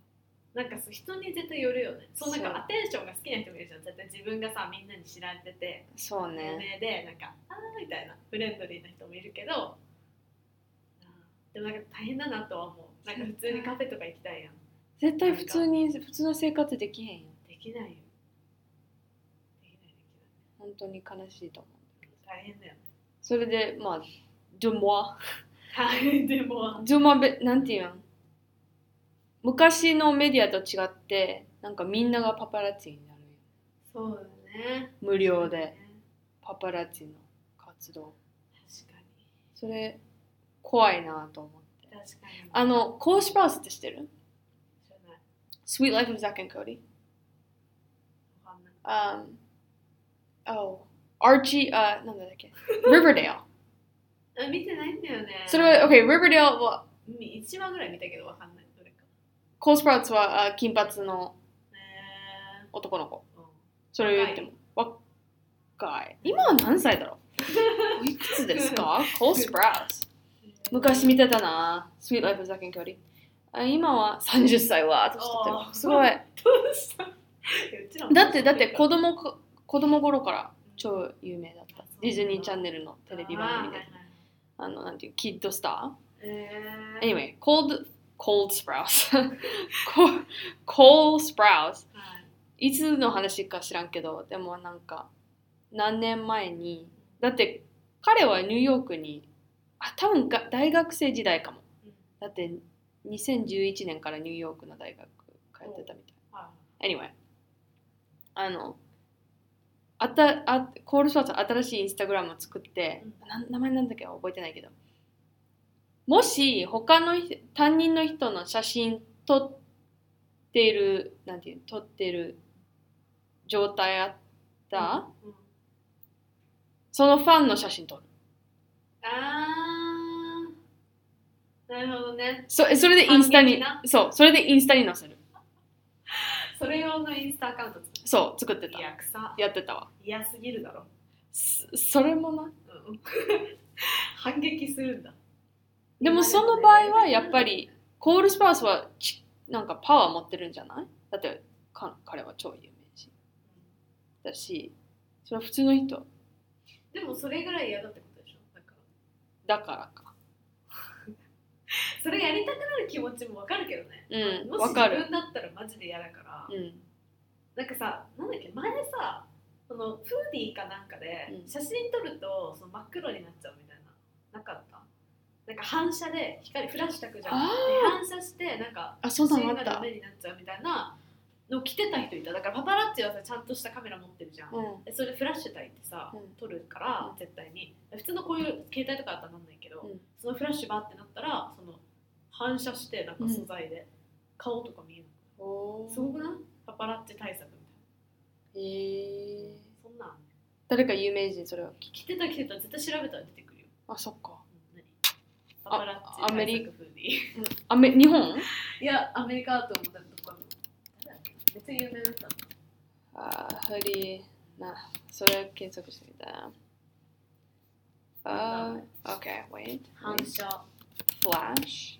Speaker 2: なんかそう人に絶対よるよねそうなん
Speaker 1: そう
Speaker 2: かアテンションが好きな人もいるじゃん絶対自分がさみんなに知られてて
Speaker 1: そう
Speaker 2: 有
Speaker 1: ね
Speaker 2: 名でなんかあーみたいなフレンドリーな人もいるけどあーでもなんか大変だなとは思うなんか普通にカフェとか行きたいやん
Speaker 1: 絶対普通に普通の生活できへんよ
Speaker 2: できないよ。できないできない。
Speaker 1: 本当に悲しいと思う
Speaker 2: 大変だよね。
Speaker 1: それでまあジョモア
Speaker 2: 大変でも。
Speaker 1: ジョマベなんていうん昔のメディアと違ってなんかみんながパパラッチになるよ
Speaker 2: そうだね。
Speaker 1: 無料でパパラッチの活動
Speaker 2: 確かに。
Speaker 1: それ怖いなと思って
Speaker 2: 確かに。
Speaker 1: あのコーシュパウスって知ってる
Speaker 2: 知らない。
Speaker 1: ?Sweet Life of Zack and Cody
Speaker 2: わかんない。
Speaker 1: um, oh, Archie, uh, なんだっけ Riverdale.
Speaker 2: あ見てないんだよね。
Speaker 1: それは、OK、Riverdale は、
Speaker 2: み一話ぐらい見たけどわかんない。どれか。
Speaker 1: コースプラウツはあ金髪の
Speaker 2: ねえ。
Speaker 1: 男の子。
Speaker 2: うん
Speaker 1: それを言っても。若い。今は何歳だろ うおいくつですかコースプラウツ。昔見てたな。Sweet Life of Zack and Cody。あ今は30歳は年取って
Speaker 2: あー
Speaker 1: る。すごい。
Speaker 2: どうしたえうちらも
Speaker 1: だって、だって子供こ、子供頃から超有名だった
Speaker 2: あそうなんだ。
Speaker 1: ディズニーチャンネルのテレビ番組で
Speaker 2: あーは。いはい
Speaker 1: あの、なんていう、キッドスター
Speaker 2: えー
Speaker 1: Anyway, cold cold sprouts. Co- cold sprouts.
Speaker 2: はい
Speaker 1: いつの話か知らんけど、でもなんか何年前に、だって彼はニューヨークに、あ、多分が大学生時代かも。
Speaker 2: うん
Speaker 1: だって2011年からニューヨークの大学通ってたみたい。
Speaker 2: は
Speaker 1: Anyway, あの、あたあコールスパーツ新しいインスタグラムを作って、
Speaker 2: うん
Speaker 1: な名前なんだっけ覚えてないけどもし他の人担任の人の写真撮ってるなんていうの撮ってる状態あった、
Speaker 2: いうん
Speaker 1: そのファンの写真撮る
Speaker 2: あーなるほどね。
Speaker 1: そそれでインスタに
Speaker 2: 反撃
Speaker 1: そうそれでインスタに載せる
Speaker 2: それ用のインスタアカウント作っ
Speaker 1: そう作って
Speaker 2: た
Speaker 1: た
Speaker 2: いや、草。
Speaker 1: やってたわ
Speaker 2: 嫌すぎるだろ。
Speaker 1: そそれもな
Speaker 2: うん 反撃するんだ。
Speaker 1: でもその場合はやっぱりコールスパースはちなんかパワー持ってるんじゃないだってか彼は超有名人だしそれは普通の人
Speaker 2: でもそれぐらい嫌だってことでしょだから
Speaker 1: だからか
Speaker 2: それやりたくなる気持ちもわかるけどね
Speaker 1: うん
Speaker 2: もし
Speaker 1: わ
Speaker 2: 自
Speaker 1: かる
Speaker 2: 分だったらマジで嫌だから、
Speaker 1: うん
Speaker 2: なんかさなんだっけ前さそのフーディーかなんかで
Speaker 1: うん
Speaker 2: 写真撮るとその真っ黒になっちゃうみたいななかったなんか反射で光フラッシュ焚くじゃん
Speaker 1: あ
Speaker 2: で反射してなんか
Speaker 1: あそうだ
Speaker 2: 写
Speaker 1: な
Speaker 2: 真
Speaker 1: か
Speaker 2: が
Speaker 1: っ
Speaker 2: ダ
Speaker 1: た
Speaker 2: メになっちゃうみたいなの着てた人いただからパパラッチはさちゃんとしたカメラ持ってるじゃん、
Speaker 1: うん
Speaker 2: でそれでフラッシュ焚いてさ
Speaker 1: うん
Speaker 2: 撮るから
Speaker 1: うん
Speaker 2: 絶対に普通のこういう携帯とかだったらなんないけど、
Speaker 1: うん
Speaker 2: そのフラッシュバーってなったらその反射してなんか素材で顔とか見える、
Speaker 1: お
Speaker 2: すごくないパパラッチ対策みたいな
Speaker 1: へえ
Speaker 2: そんなん
Speaker 1: 誰か有名人それは
Speaker 2: 着てた着てた絶対調べたら出てくるよ。
Speaker 1: あそっか
Speaker 2: 何パパラッチ
Speaker 1: あアメリ
Speaker 2: 対策風にい
Speaker 1: うんあめ日本
Speaker 2: や、アメリカだと思ったらどこかの。誰だっけめっちゃ有名だった。
Speaker 1: あーフリーなそれ検索してみたあー OK wait
Speaker 2: 反射。
Speaker 1: flash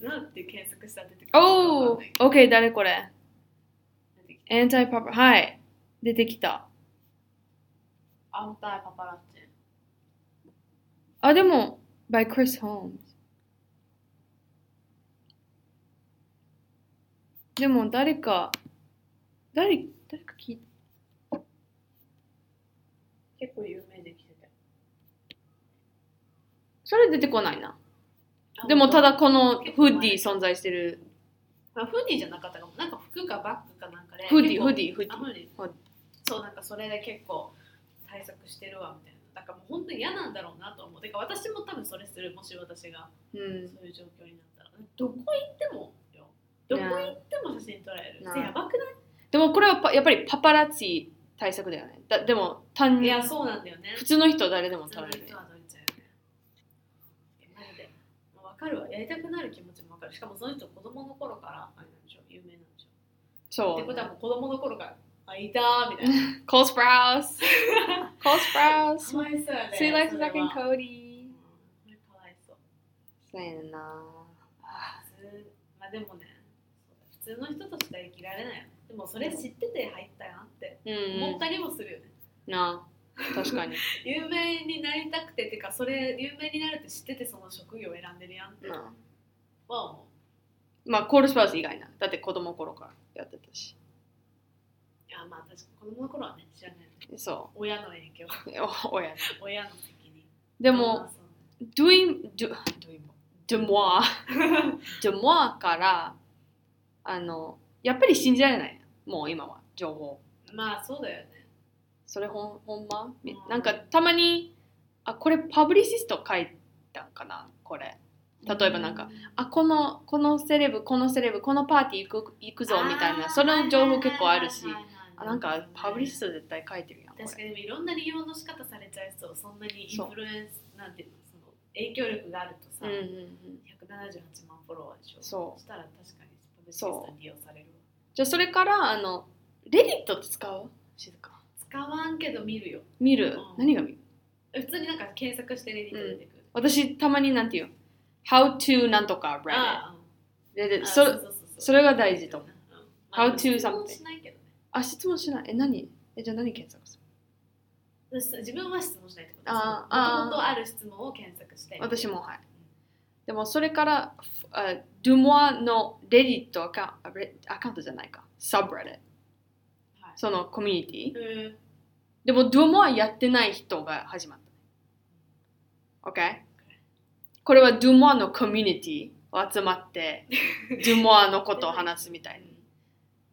Speaker 2: なんて検索したら出てくるかわかん
Speaker 1: お
Speaker 2: ないけど
Speaker 1: お OK 誰これ
Speaker 2: 出てきた
Speaker 1: エンタイパパはい出てきた
Speaker 2: アンタイパパラッチ。
Speaker 1: あでも by Chris Holmes でも誰か誰誰か聞いた
Speaker 2: 結構有名で来てたよ
Speaker 1: それ出てこないな
Speaker 2: あ
Speaker 1: でもただ
Speaker 2: 本
Speaker 1: このフーディー存在してる
Speaker 2: 当あフーディーじゃなかったかも。なんか服かバッグかなんかで。
Speaker 1: フーディ
Speaker 2: 結
Speaker 1: ー
Speaker 2: 構
Speaker 1: フーディーフーディ
Speaker 2: あ
Speaker 1: ーフー
Speaker 2: フーディー
Speaker 1: ディ
Speaker 2: そう、なんかそれで結構対策してるわみたいな。だからもう本当に嫌なんだろうなと思う。てか私も多分それする、もし私が。
Speaker 1: うん
Speaker 2: そういう状況になったらどこ行ってもよどこ行っても写真撮られる
Speaker 1: なあ
Speaker 2: それやばくない
Speaker 1: でもこれはパやっぱりパパラッツィ対策だよねだでも単
Speaker 2: い
Speaker 1: に
Speaker 2: やそうなんだよね
Speaker 1: 普通の人は誰でも
Speaker 2: 普通
Speaker 1: 取
Speaker 2: の
Speaker 1: られる
Speaker 2: 人は撮れちゃうよねいやマジでまあわかるわやりたくなる気持ちもわかるしかもその人子供の頃からあれなんでしょ有名なんでしょ
Speaker 1: そ
Speaker 2: ってことは
Speaker 1: う
Speaker 2: もう子供の頃からあいたーみたいな
Speaker 1: コースプ ラウスコースプラウス
Speaker 2: かわいそうやね
Speaker 1: See you
Speaker 2: そ
Speaker 1: later
Speaker 2: れは
Speaker 1: fucking
Speaker 2: う
Speaker 1: Cody
Speaker 2: んそれかわいそう
Speaker 1: そうやねんな
Speaker 2: 普通まあでもねそうだ普通の人としては生きられないよねでもそれ知ってて入ったよなって
Speaker 1: うん
Speaker 2: 思っ
Speaker 1: う
Speaker 2: たりもするよね
Speaker 1: んなあ確かに
Speaker 2: 有名になりたくててかそれ有名になるって知っててその職業を選んでるやんって
Speaker 1: な
Speaker 2: は
Speaker 1: あ
Speaker 2: 思
Speaker 1: まあコールスプラウス以外なだって子供の頃からやってたし
Speaker 2: ういやまあ確か子供の頃はね知らないよね
Speaker 1: そ
Speaker 2: 親の影響
Speaker 1: うお親ね
Speaker 2: 親の責任
Speaker 1: でも、ドゥインドゥドゥインドゥモ アドゥモアからあのやっぱり信じられないもう今は情報
Speaker 2: まあそうだよね
Speaker 1: それほんほんま、み
Speaker 2: うん
Speaker 1: なんかたまにあこれパブリシスト書いたんかなこれ例えばなんかあこのこのセレブこのセレブこのパーティー行く行くぞみたいなその情報結構あるしあなんかパブリシス
Speaker 2: ト
Speaker 1: ト絶対書いてるやんこれ
Speaker 2: 確かにでもいろんな利用の仕方されちゃいそうそんなにインフルエンスなんていうのその影響力があるとさ、
Speaker 1: うんうんうん
Speaker 2: 178万フォロワーでしょ
Speaker 1: そう
Speaker 2: したら確かにパブリシストに利用されるわ
Speaker 1: じゃあそれからあのレディットって使う静か
Speaker 2: 使わんけど見るよ
Speaker 1: 見る、
Speaker 2: うん
Speaker 1: 何が見る
Speaker 2: 普通になんか検索してレディット出てくる、
Speaker 1: 私たまになんていう How to なんとか Reddit
Speaker 2: ああ
Speaker 1: Reddit
Speaker 2: あ
Speaker 1: そう
Speaker 2: うう
Speaker 1: それが大事と思う
Speaker 2: うん
Speaker 1: How to
Speaker 2: 質問
Speaker 1: something
Speaker 2: しないけどね
Speaker 1: あ質問しないえ何えじゃあ何検索する
Speaker 2: 私自分は質問しないってこと
Speaker 1: あ
Speaker 2: も
Speaker 1: あ
Speaker 2: ともとある質問を検索して
Speaker 1: 私もはいでもそれからふあドゥモアのレディットアカウンレアカウントじゃないかサブレディ
Speaker 2: はい
Speaker 1: そのコミュニティ
Speaker 2: うん
Speaker 1: でも、ドゥモアやってない人が始まった。OK? これはドゥモアのコミュニティを集まって、ドゥモアのことを話すみたいな。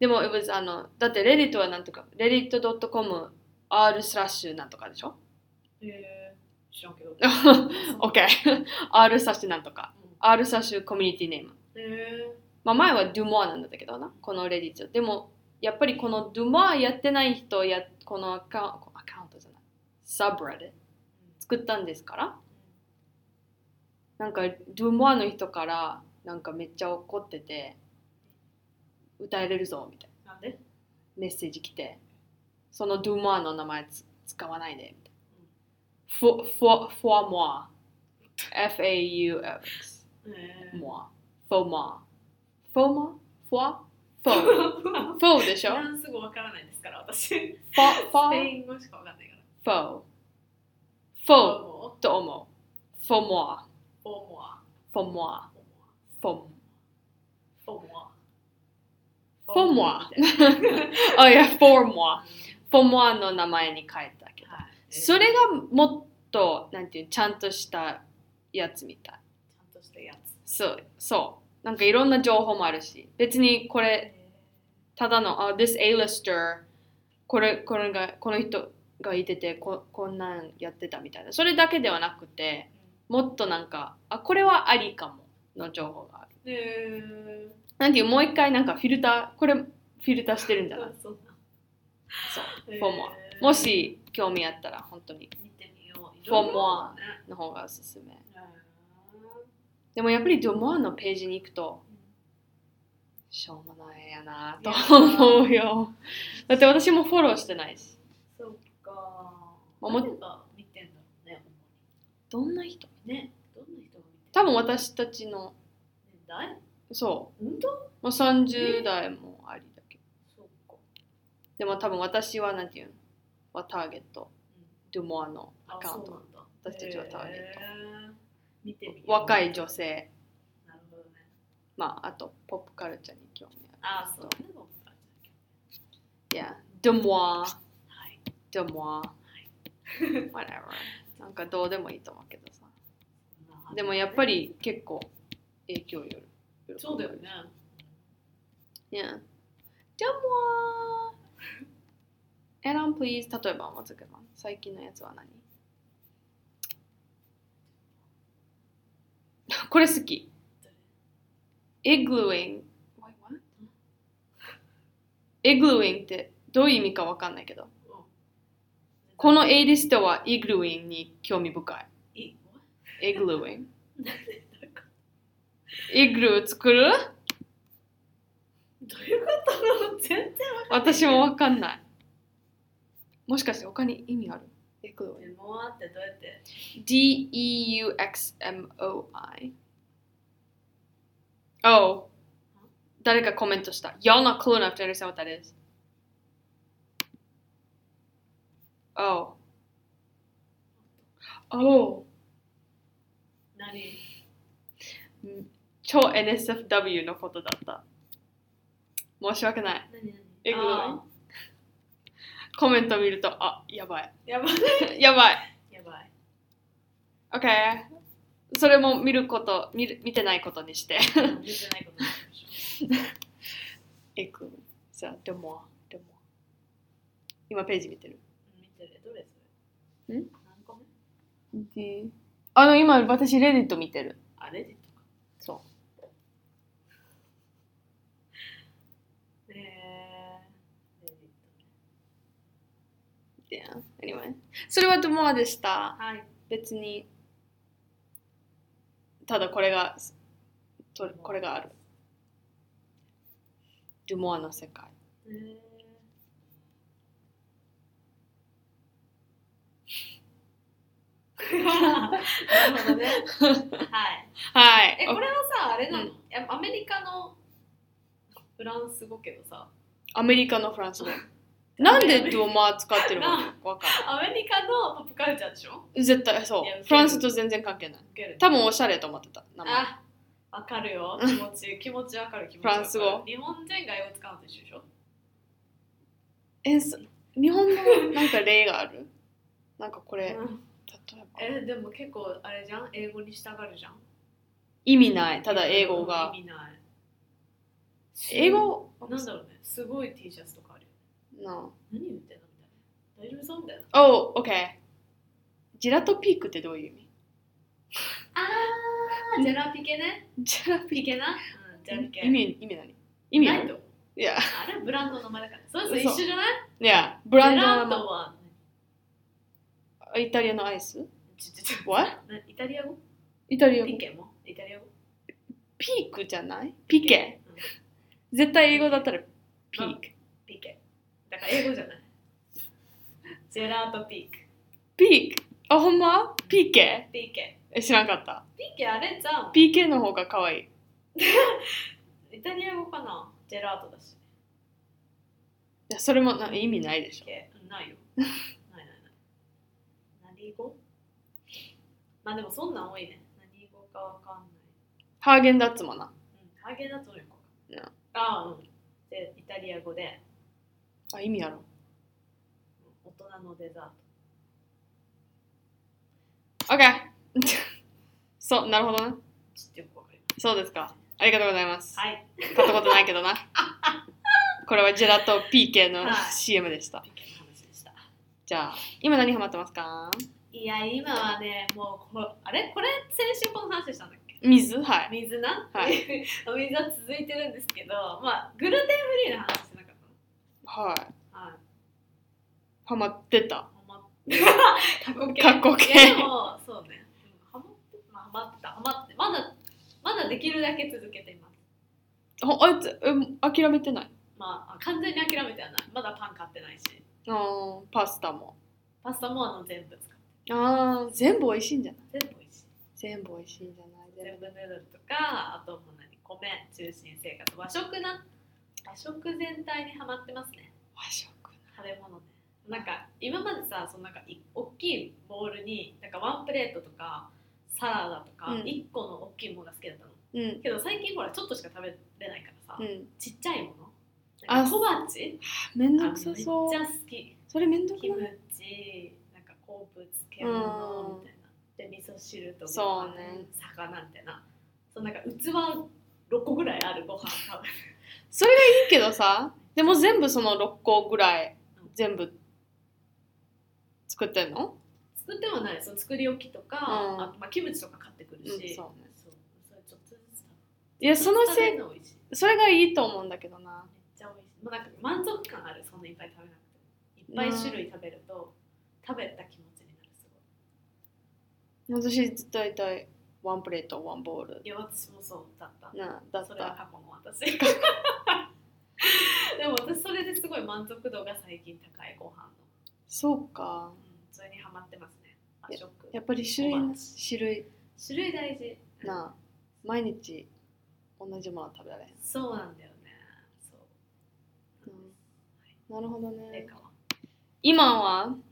Speaker 1: でも、it was, あのだって、レディットはなんとか、レディット .com r スラッシュなんとかでしょ
Speaker 2: えー知らん けど
Speaker 1: ?OK。r スラッシュなんとか。r スラッシュコミュニティネーム。
Speaker 2: え
Speaker 1: まあ、前はドゥモアなんだけどな、このレディット。でも、やっぱりこのドゥモアやってない人や、このアカウンアカウントじゃない、サブレディ作ったんですから、なんかドゥモアの人からなんかめっちゃ怒ってて歌えれるぞみたい
Speaker 2: なんで
Speaker 1: なメッセージ来てそのドゥモアの名前つ使わないでみたいな、フォフォフォアモア FAUX
Speaker 2: えー
Speaker 1: モアフォモアフォーマフォアフォーフォーでし
Speaker 2: フ
Speaker 1: ょ
Speaker 2: ランス語わからないですから私ス
Speaker 1: フォフ
Speaker 2: ペ
Speaker 1: ォ
Speaker 2: イン語しかわかんないから
Speaker 1: フォフォ
Speaker 2: フォー
Speaker 1: と思う。フォモア
Speaker 2: フォーモア
Speaker 1: フォモアフォモ
Speaker 2: フォーモア
Speaker 1: フォーモア
Speaker 2: フォーモアみたいな
Speaker 1: ア。あ、いや、フォーモア。フォモアの名前に変えたけど。
Speaker 2: はい
Speaker 1: それがもっと、なんていう、ちゃんとしたやつみたい。
Speaker 2: ちゃんとしたやつ
Speaker 1: そう、そう。なんかいろんな情報もあるし、別にこれ、
Speaker 2: え
Speaker 1: ただの、あ、this A-lister、これ、これが、この人がいててこ、こんなんやってたみたいな。それだけではなくて、もっとなんか、あ、これはありかもの情報がある。
Speaker 2: ーえ
Speaker 1: なんていう、もう一回なんかフィルター、これフィルターしてるんじゃない
Speaker 2: ーそうなん
Speaker 1: そう。
Speaker 2: えー
Speaker 1: フォーモもし興味あったら、本当に、
Speaker 2: 見てみよう
Speaker 1: フォーモア
Speaker 2: ね
Speaker 1: の方がおすすめ。
Speaker 2: え
Speaker 1: でもやっぱりドモアのページに行くと、しょうもないやなと
Speaker 2: いや
Speaker 1: 思うよ。だって私もフォローしてないし。
Speaker 2: ーそっか
Speaker 1: まあも
Speaker 2: 誰が見てんだろうね
Speaker 1: どんな人
Speaker 2: ねどんな人が見てる
Speaker 1: 多分私たちの、
Speaker 2: 年代
Speaker 1: そ
Speaker 2: 運動
Speaker 1: う、もう30代もありだけど。
Speaker 2: そうか
Speaker 1: でも多分私はなんていうのはターゲット、
Speaker 2: うん
Speaker 1: ドモアのア
Speaker 2: あ
Speaker 1: カウン
Speaker 2: そう
Speaker 1: ト。
Speaker 2: なんだ
Speaker 1: 私たちはターゲット
Speaker 2: へー見てみよう
Speaker 1: 若い女性、
Speaker 2: なるほどね
Speaker 1: まあ、あとポップカルチャーに興味ある。
Speaker 2: あそうね僕たちだけど
Speaker 1: いや、ドモア。
Speaker 2: はい
Speaker 1: でも、whatever。なんかどうでもいいと思うけどさ。でもやっぱり結構影響よる。
Speaker 2: そうだよね。
Speaker 1: Yeah. でも、and I'm pleased 例えば、もずくまん。最近のやつは何 これ好き。iglooing。Wait, what? iglooing ってどういう意味かわかんないけど、この A リストは iglooing に興味深い。
Speaker 2: いい
Speaker 1: iglooing。
Speaker 2: なんか
Speaker 1: イグルー作る
Speaker 2: どういうこと なの全然
Speaker 1: 私もわかんない。もしかして他に意味あるイグルー
Speaker 2: デモアってどうやって
Speaker 1: E ?D-E-U-X-M-O-I。Oh! 誰かコメントした。Y'all not cool enough to understand what that is. Oh. Oh.
Speaker 2: 何
Speaker 1: 超 NSFW のことだった。申し訳ない。
Speaker 2: 何何
Speaker 1: えぐい
Speaker 2: あ
Speaker 1: コメント見ると、あ、やばい。
Speaker 2: ーやばい
Speaker 1: やばい。
Speaker 2: やばい
Speaker 1: OK。それも見ること、見る見てないことにして。
Speaker 2: うん見てないことにしましょ
Speaker 1: えく。さあ、でも、でも。今ページ見てる。
Speaker 2: ううん見てるどれそれ
Speaker 1: ん
Speaker 2: 何個目
Speaker 1: あの、今私、レディット見てる。
Speaker 2: あれとか
Speaker 1: そ
Speaker 2: えーレディットね
Speaker 1: う。で、anyway。それはドモアでした。
Speaker 2: はい
Speaker 1: 別に。ただこれが、とこれがある。ドモアの世界。
Speaker 2: えーなるほどね。はい。
Speaker 1: は
Speaker 2: え、
Speaker 1: い。
Speaker 2: これはさ、あれなの、
Speaker 1: うん
Speaker 2: いやアメリカのフランス語けどさ、
Speaker 1: アメリカのフランス 語。なんでドモア使ってるの
Speaker 2: な
Speaker 1: かわかんない。
Speaker 2: アメリカのポップカルチャーでしょ
Speaker 1: 絶対そう
Speaker 2: いや。
Speaker 1: フランスと全然関係ない。
Speaker 2: 受ける
Speaker 1: 多分おしゃれと思ってた。名前
Speaker 2: あ、わかるよ。気持ち、気持ちわかる気持ちわかる。
Speaker 1: フランス語
Speaker 2: 日本人が英語使うのと一緒でしょ
Speaker 1: えそ日本のなんか例がある なんかこれ、
Speaker 2: うん
Speaker 1: 例えば。
Speaker 2: え、でも結構あれじゃん英語に従うじゃん。
Speaker 1: 意味ない。ただ英語が
Speaker 2: 意。味ない。
Speaker 1: 英語
Speaker 2: なんだろうね。すごい T シャツとかあるよ。
Speaker 1: な
Speaker 2: 何言ってんのみたいな。大丈夫そうみたいな。
Speaker 1: あ。おう、オッケー。ジェラトピークってどういう意味
Speaker 2: あー、ジェラピケね。
Speaker 1: ジェラピ
Speaker 2: ピケな。うん、ジェラピケ。
Speaker 1: 意味、意味何意味あ
Speaker 2: ない
Speaker 1: る
Speaker 2: と思う。
Speaker 1: いや、
Speaker 2: あれブランドの名前だから。そうです、
Speaker 1: 嘘
Speaker 2: 一緒じゃない
Speaker 1: いや、ブラン
Speaker 2: ジェ
Speaker 1: ド
Speaker 2: ラ
Speaker 1: の
Speaker 2: ー
Speaker 1: 名
Speaker 2: トは。
Speaker 1: 前イタリアのアイス
Speaker 2: ちちち
Speaker 1: What？
Speaker 2: なイタリア語
Speaker 1: イタリア語
Speaker 2: ピケもイタリア語
Speaker 1: ピークじゃないピ
Speaker 2: ピ
Speaker 1: ケ。。
Speaker 2: うん
Speaker 1: 絶対英語だったらピーク。
Speaker 2: ピケ。だから英語じゃない。ジェラートピーク。
Speaker 1: ピークあ、ほんまピーケ
Speaker 2: ピケ。
Speaker 1: え、知らんかった。
Speaker 2: ピケあれじゃん。
Speaker 1: PK の方が可愛い。
Speaker 2: いイタリア語かなジェラートだし
Speaker 1: いやそれもな意味ないでしょ
Speaker 2: けないよないないない何語まあでもそんなん多いね何語かわかんない
Speaker 1: ハーゲンダッツもな
Speaker 2: うんハーゲンダッツの横か
Speaker 1: うん
Speaker 2: ああうんでイタリア語で
Speaker 1: あ意味あろ
Speaker 2: うん大人のデザート
Speaker 1: OK そうなるほどね
Speaker 2: ちょっとよくわかりま
Speaker 1: そうですかありがとうございます
Speaker 2: すはい
Speaker 1: 買ったことないけど なこれはジェラと PK の
Speaker 2: はい
Speaker 1: CM でした
Speaker 2: 意見の話でした
Speaker 1: じゃあ今何ハマってますか
Speaker 2: いや今はねもうこれあれこれ先週この話したんだっけ
Speaker 1: 水はい
Speaker 2: 水な、
Speaker 1: は
Speaker 2: お 水は続いてるんですけどまあグルテンフリーの話してなかっ
Speaker 1: はい
Speaker 2: たのはい
Speaker 1: ハマってた
Speaker 2: ハマっ 過去形
Speaker 1: 過去形
Speaker 2: いやでもそうねうんハマってまあハマってたハマってまだまだできるだけ続けています
Speaker 1: ほあいつえ諦めてない
Speaker 2: まあ完全に諦めてはないまだパン買ってないし
Speaker 1: あーパスタも
Speaker 2: パスタもあの全部使って
Speaker 1: あー全部美味しいんじゃない
Speaker 2: 全部美味しい
Speaker 1: 全部美味しいんじゃない全
Speaker 2: 全
Speaker 1: 部
Speaker 2: 部ヌードルとかあともう何米中心生活和食な和食全体にハマってますね
Speaker 1: 和食
Speaker 2: 食べ物ねなんか今までさそのなんかい大きいボウルになんかワンプレートとかサラダとか、
Speaker 1: うん
Speaker 2: 1個の大きいものが好きだったの
Speaker 1: うん
Speaker 2: けど最近ほらちょっとしか食べれないからさ、
Speaker 1: うん
Speaker 2: ちっちゃいもの
Speaker 1: あ
Speaker 2: なんか小鉢
Speaker 1: めんど
Speaker 2: あ
Speaker 1: くさ
Speaker 2: めっちゃ
Speaker 1: そ
Speaker 2: 好
Speaker 1: う
Speaker 2: き
Speaker 1: それめんどく
Speaker 2: キム
Speaker 1: ない
Speaker 2: チなんか昆布漬物みたいなで味噌汁とご飯
Speaker 1: そうね
Speaker 2: 魚みたいなそのなんか器6個ぐらいあるご飯食べ
Speaker 1: それがいいけどさでも全部その6個ぐらい全部作ってんの
Speaker 2: 作ってもないその作り置きとか、
Speaker 1: うん
Speaker 2: あとまあ、キムチとか買ってくるし、
Speaker 1: うんそうね
Speaker 2: そうそれちょっとずつ
Speaker 1: い
Speaker 2: 食べ
Speaker 1: やそのせい
Speaker 2: ちょっとずつ食べるの美味しい
Speaker 1: それがいいと思うんだけどな
Speaker 2: めっちゃ美味しいもうなんか満足感あるそんないっぱい食べなくてもいっぱい種類食べると食べた気持ちになるすごい
Speaker 1: 私大体ワンプレートワンボール
Speaker 2: いや私もそうだった
Speaker 1: なだっ
Speaker 2: それは
Speaker 1: た
Speaker 2: 過去の私でも私それですごい満足度が最近高いご飯
Speaker 1: そうか
Speaker 2: の、うん、それにハマってますね和食
Speaker 1: やっぱり種類
Speaker 2: お
Speaker 1: な
Speaker 2: 待ち
Speaker 1: 種類
Speaker 2: 種類大事
Speaker 1: な毎日同じものは食べられへん
Speaker 2: そうなんだよねそう
Speaker 1: なるほど
Speaker 2: レ
Speaker 1: ね
Speaker 2: カは、
Speaker 1: 今は
Speaker 2: うん、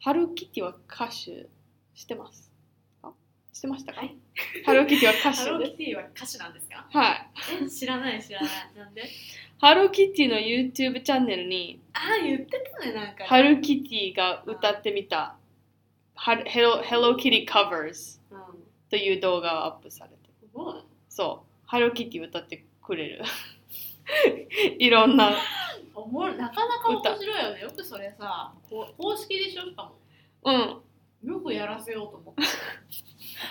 Speaker 1: ハルキティは歌手してますかしてましたか、
Speaker 2: はい
Speaker 1: ハルキティは歌
Speaker 2: ハロ
Speaker 1: 手
Speaker 2: ー
Speaker 1: です
Speaker 2: キティは歌手なんですか
Speaker 1: はい
Speaker 2: え知らない知らないなんで
Speaker 1: ハローキティの YouTube チャンネルに
Speaker 2: ああ言ってたねなんか
Speaker 1: ハルキティが歌ってみたハル Hello, Hello Kitty Covers
Speaker 2: うん
Speaker 1: という動画をアップされてる
Speaker 2: すごい
Speaker 1: そうハローキティ歌ってくれる いろんな
Speaker 2: おもろなかなか面白いよねよくそれさこう公式でしょしかも
Speaker 1: うん
Speaker 2: よくやらせようと思って、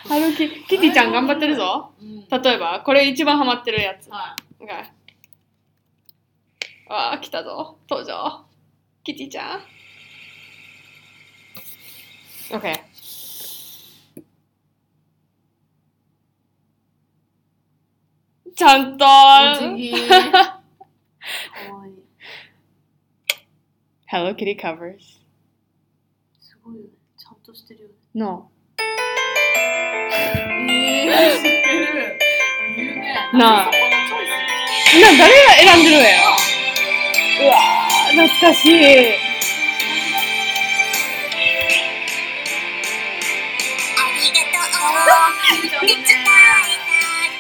Speaker 1: ハローキティキティちゃん頑張ってるぞ
Speaker 2: うんはい
Speaker 1: 例えばこれ一番ハマってるやつがあー来たぞ登場キティちゃん OK ちゃんと
Speaker 2: ぎ。
Speaker 1: Hello Kitty covers
Speaker 2: すごいよね。ちゃんとしてるよね。
Speaker 1: No
Speaker 2: えー、知ってる。有名。
Speaker 1: なあ
Speaker 2: そこのチョイ
Speaker 1: な誰が選んでるのやうわー懐かしい
Speaker 2: ス。めっちゃ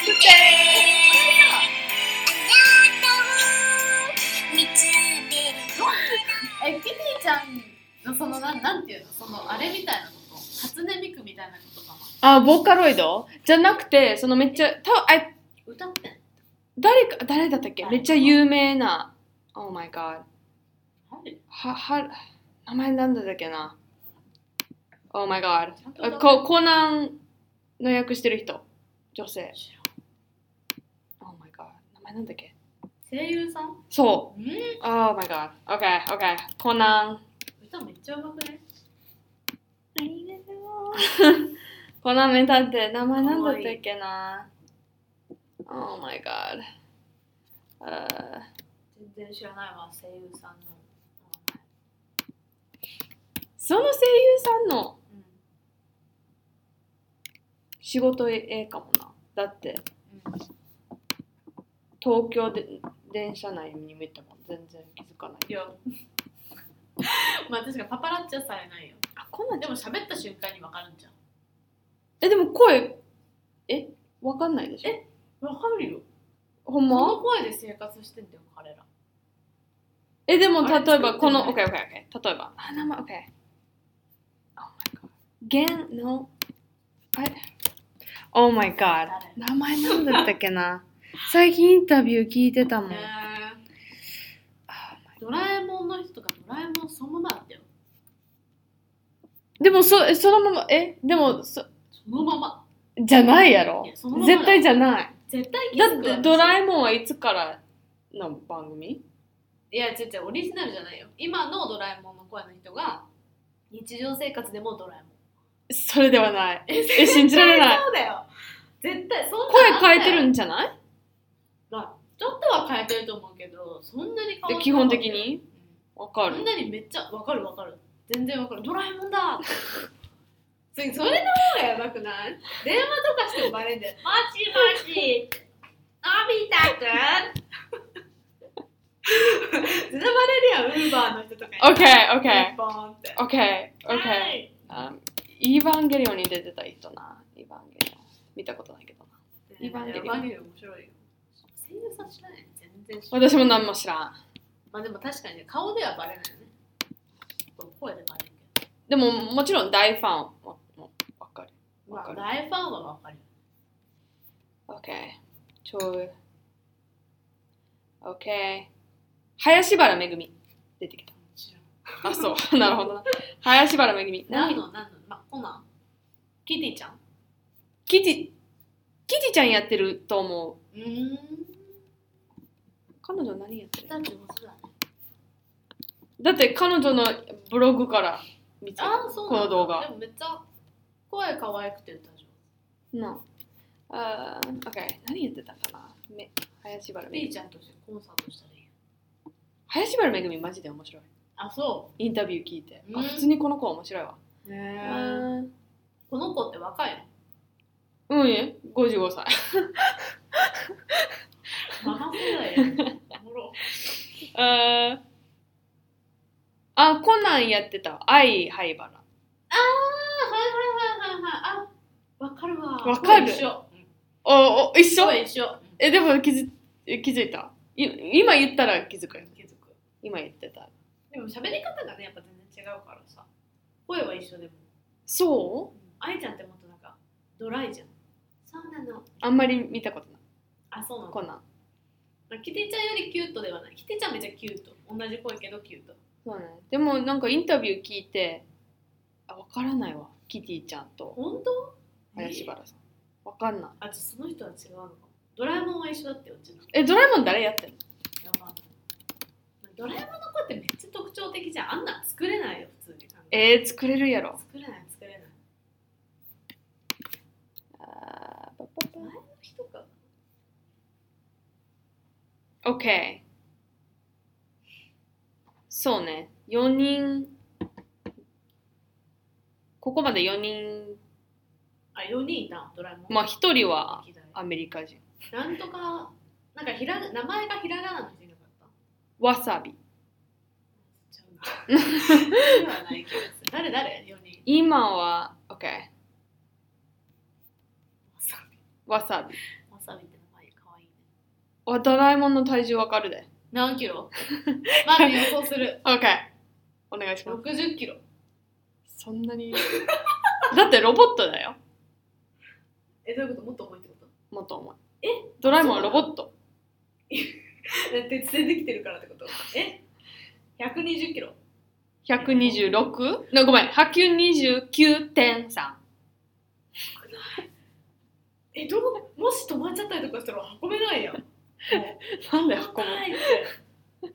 Speaker 2: え、キティちゃんのそのなんなんていうの、そのあれみたいなこと、初音ミクみたいなことかな。
Speaker 1: あボーカロイドじゃなくてそのめっちゃたあ
Speaker 2: 歌ってん。
Speaker 1: 誰か誰だったっけ
Speaker 2: はい
Speaker 1: めっちゃ有名な Oh my god
Speaker 2: はい
Speaker 1: はは名前なんだったっけな Oh my god
Speaker 2: ちゃんと
Speaker 1: あ
Speaker 2: 歌って
Speaker 1: こコナンの役してる人女性
Speaker 2: ん
Speaker 1: Oh my god 名前なんだっけ
Speaker 2: 声優さん？う
Speaker 1: そ
Speaker 2: ん。
Speaker 1: う Oh my god OK OK コナン
Speaker 2: 歌めっちゃ上手くね。
Speaker 1: コナンメタって名前なんだったっけな Oh my god あー
Speaker 2: 全然知らないわ声優さんの名前。
Speaker 1: その声優さんの
Speaker 2: うん。
Speaker 1: 仕事ええかもなだって
Speaker 2: うん
Speaker 1: 東京で電車内に見たもん全然気づかない
Speaker 2: いや まあ確かにパパラッチはされないよ
Speaker 1: あこんなん
Speaker 2: でも喋った瞬間にわかるんじゃん
Speaker 1: えでも声えわかんないでしょ
Speaker 2: えわかるよ
Speaker 1: ほん
Speaker 2: こ
Speaker 1: ま
Speaker 2: の声で生活してんだよ彼ら
Speaker 1: えでも
Speaker 2: あれ
Speaker 1: 例えばこの
Speaker 2: 作
Speaker 1: OKOKOK
Speaker 2: っ
Speaker 1: 例
Speaker 2: て
Speaker 1: えばあ名前 OK Oh my god 現のあれ Oh my god
Speaker 2: 誰
Speaker 1: 名前なんだったっけ な最近インタビュー聞いてたもん、
Speaker 2: ね
Speaker 1: あ
Speaker 2: ドラえもんの人がドラえもんそのままだったよ
Speaker 1: でもそえそのままえでもそ
Speaker 2: そのまま
Speaker 1: じゃないやろ
Speaker 2: いやそのままだよ
Speaker 1: 絶対じゃない
Speaker 2: 絶対気
Speaker 1: だ
Speaker 2: づ
Speaker 1: っ
Speaker 2: くわ
Speaker 1: てドラ
Speaker 2: 私
Speaker 1: えもんはいつからの番組
Speaker 2: いや違う違うオリジナルじゃないよ今のドラえもんの声の人が日常生活でもドラえもん
Speaker 1: それではないえ信じられない
Speaker 2: そうだよ絶対そんな
Speaker 1: 声変えてる
Speaker 2: ん
Speaker 1: んじゃない
Speaker 2: ちょっとは変えてると思うけどそんなに変わん
Speaker 1: で
Speaker 2: ない
Speaker 1: 基本的にわか
Speaker 2: うん
Speaker 1: る
Speaker 2: そんなにめっちゃわかるわかる全然わかるドラえもんだって それそれの方がやばくない電話とかしてもバレんだよもしもし のび太くん絶対バレるやんウーバーの人とかに
Speaker 1: OK OK
Speaker 2: ピンポーンって
Speaker 1: OK OK
Speaker 2: はい
Speaker 1: あイヴァンゲリオンに出てた人なイヴァンゲリオン見たことないけどな
Speaker 2: エ
Speaker 1: エヴ
Speaker 2: ヴ
Speaker 1: ァ
Speaker 2: ァン
Speaker 1: ン
Speaker 2: ゲ
Speaker 1: ゲ
Speaker 2: リ
Speaker 1: リ
Speaker 2: オ
Speaker 1: オ
Speaker 2: ン
Speaker 1: ン
Speaker 2: 面白いよ。声優さん知らない全然知らない。
Speaker 1: 私も何も知らん
Speaker 2: まあでも確かにね顔ではバレないよね。こう声でバレるけ
Speaker 1: でももちろん大ファンはもうわかる
Speaker 2: ど。ま
Speaker 1: わ
Speaker 2: あ
Speaker 1: かる
Speaker 2: 大ファンはわかるよ。
Speaker 1: OK ちょい OK 林原めぐみ出てきた
Speaker 2: 知らん
Speaker 1: あそう なるほどな林原めぐみ
Speaker 2: 何
Speaker 1: 何
Speaker 2: の何のまあコナンキティちゃん
Speaker 1: キティキティちゃんやってると思
Speaker 2: うーん。
Speaker 1: う彼女何やってる
Speaker 2: だってもうそうだね。
Speaker 1: だって彼女のブログから見つけた
Speaker 2: ああ、そう
Speaker 1: こ
Speaker 2: なんだ
Speaker 1: の動画
Speaker 2: でもめっちゃ声可愛くて歌上
Speaker 1: なあ、あー、OK。何言ってたかなめ林原
Speaker 2: 手。
Speaker 1: めぐ
Speaker 2: ピー
Speaker 1: み。
Speaker 2: ちゃんとしてコンサートしたらいいよ。
Speaker 1: 林原めぐみマジで面白い。
Speaker 2: あ、そ
Speaker 1: インタビュー聞いて。
Speaker 2: う
Speaker 1: あ、
Speaker 2: ん
Speaker 1: 普通にこの子面白いわ。
Speaker 2: う。
Speaker 1: う
Speaker 2: ね
Speaker 1: ん、
Speaker 2: この子って若いの
Speaker 1: うんえ、55歳。
Speaker 2: ママ世代やね。おもろ。
Speaker 1: あーあ、コナンやってたわ。愛灰原。
Speaker 2: はいはいはいはいはい。あ、わかるわ。
Speaker 1: わかる
Speaker 2: 一緒。
Speaker 1: お、お、一緒
Speaker 2: 声一緒。
Speaker 1: え、でも気づえ気づいたい今言ったら気づくよ。
Speaker 2: 気づく。
Speaker 1: 今言ってた。
Speaker 2: でも喋り方がね、やっぱ全然違うからさ。声は一緒でも。
Speaker 1: そう
Speaker 2: 愛ちゃんってもっとなんか、ドライじゃん。そうなの。
Speaker 1: あんまり見たことない。
Speaker 2: あ、そうなの。
Speaker 1: コナン。
Speaker 2: まあキティちゃんよりキュートではない。キティちゃんめっちゃキュート。同じ声けどキュート。
Speaker 1: そうね。でもなんかインタビュー聞いて、あ、わからないわ。キティちゃんと
Speaker 2: 本当
Speaker 1: 林原さん。わかんない。
Speaker 2: あ、じゃあその人は違うのかも。ドラえもんは一緒だってよ、うちの。
Speaker 1: え、ドラえもん誰やってんの
Speaker 2: やばい。ドラえもんの声ってめっちゃ特徴的じゃん。あんなん作れないよ、普通に考えて。
Speaker 1: えー、作れるやろ。
Speaker 2: 作れない、作れない。
Speaker 1: あーパパ
Speaker 2: 前の人か。
Speaker 1: パ OK。そうね。4人。ここまで4人。
Speaker 2: あ、4人いた、ドラえもん。
Speaker 1: まあ、1人は
Speaker 2: 左
Speaker 1: アメリカ人。
Speaker 2: なんとか、なんかひら名前がひらがなの人いなかった。
Speaker 1: わさび。
Speaker 2: ちゃうな。ではない気がする。誰誰 ?4 人。
Speaker 1: 今は、OK。わ
Speaker 2: わさび。
Speaker 1: さび。
Speaker 2: わさびって名前かわいいね。
Speaker 1: あドラえもんの体重わかるで。
Speaker 2: 何キロまず予想する。
Speaker 1: OK。お願いします。
Speaker 2: 60キロ。
Speaker 1: そんなに。 だってロボットだよ。
Speaker 2: え、どういうこともっと重いってこと
Speaker 1: もっと重い。
Speaker 2: え
Speaker 1: ドラえもんはロボット。
Speaker 2: え鉄でできてるからってことえ ?120 キロ。
Speaker 1: 126? なごめん、129.3。
Speaker 2: え、どうもし止まっちゃったりとかしたら 運べないやん。も
Speaker 1: なんだ
Speaker 2: う
Speaker 1: よ、この。
Speaker 2: 重いって。え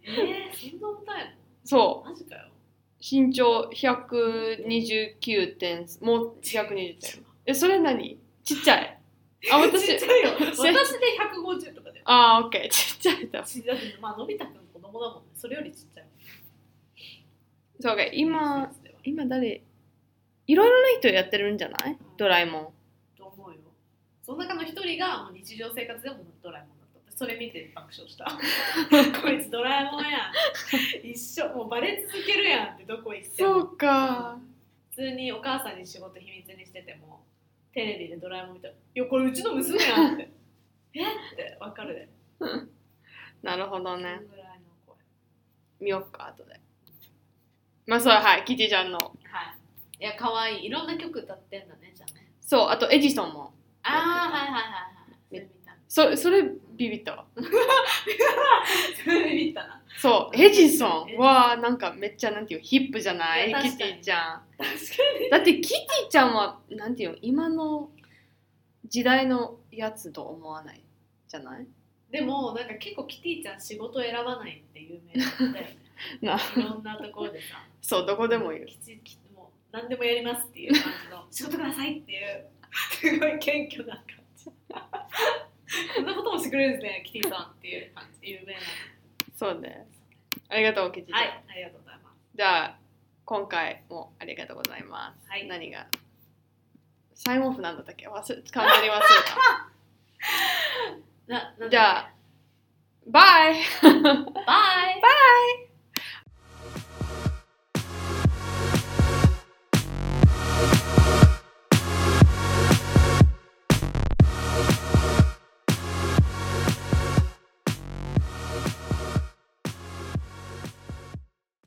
Speaker 2: ー、そんな重たい
Speaker 1: そ
Speaker 2: のマジかよ。
Speaker 1: う。身長129点、もう120点。え、それ何ちっちゃい。あ、
Speaker 2: ち
Speaker 1: 私
Speaker 2: っち。ゃいよ。私で150とかだよ。
Speaker 1: あー、オッケー。ちっちゃいだ。
Speaker 2: ちだってまあ、のび太くん子供だもんね。それよりちっちゃい。
Speaker 1: そう、オッケー。今、、今誰いろいろな人やってるんじゃないドラえもん。
Speaker 2: と思うよ。その中の一人がもう日常生活でもドラえもんだった。私それ見て爆笑したこいつドラえもんやん一生もうバレ続けるやんってどこ行っても
Speaker 1: そうか
Speaker 2: 普通にお母さんに仕事秘密にしててもテレビでドラえもん見たら「いやこれうちの娘やん」って 「えっ?」てわかるで
Speaker 1: なるほど
Speaker 2: そ
Speaker 1: ね
Speaker 2: のぐらいの声
Speaker 1: 見よっか後でまあそうはいキティちゃんの
Speaker 2: はいいや可愛いいろんな曲歌ってんだねじゃあね
Speaker 1: そうあとエジソンも
Speaker 2: ああはいはいはいはいそれ見た
Speaker 1: そそれビビったわ
Speaker 2: それ見たな
Speaker 1: そうエジソンはなんかめっちゃなんていうヒップじゃない
Speaker 2: いや
Speaker 1: キ
Speaker 2: 確
Speaker 1: テ
Speaker 2: かに
Speaker 1: ィちゃん
Speaker 2: 確かに
Speaker 1: だってキティちゃんはなんていうの今の時代のやつと思わないじゃない
Speaker 2: でもなんか結構キティちゃん仕事選ばないって有名なんで
Speaker 1: ない
Speaker 2: ろんなところでさ
Speaker 1: そうどこでもいる
Speaker 2: きちきもう何でもやりますっていう感じの仕事くださいっていうすごい謙虚な感じこんなこともしてくれるんですねキティさんっていう感じ有名な
Speaker 1: そうねありがとうキティちゃん、
Speaker 2: はいありがとうございま
Speaker 1: じゃあ今回もありがとうございます
Speaker 2: すはい
Speaker 1: 何がサイモンフなんだったっけ忘れ完全に忘れた
Speaker 2: ななんだ っけ
Speaker 1: じゃあバイ
Speaker 2: バイ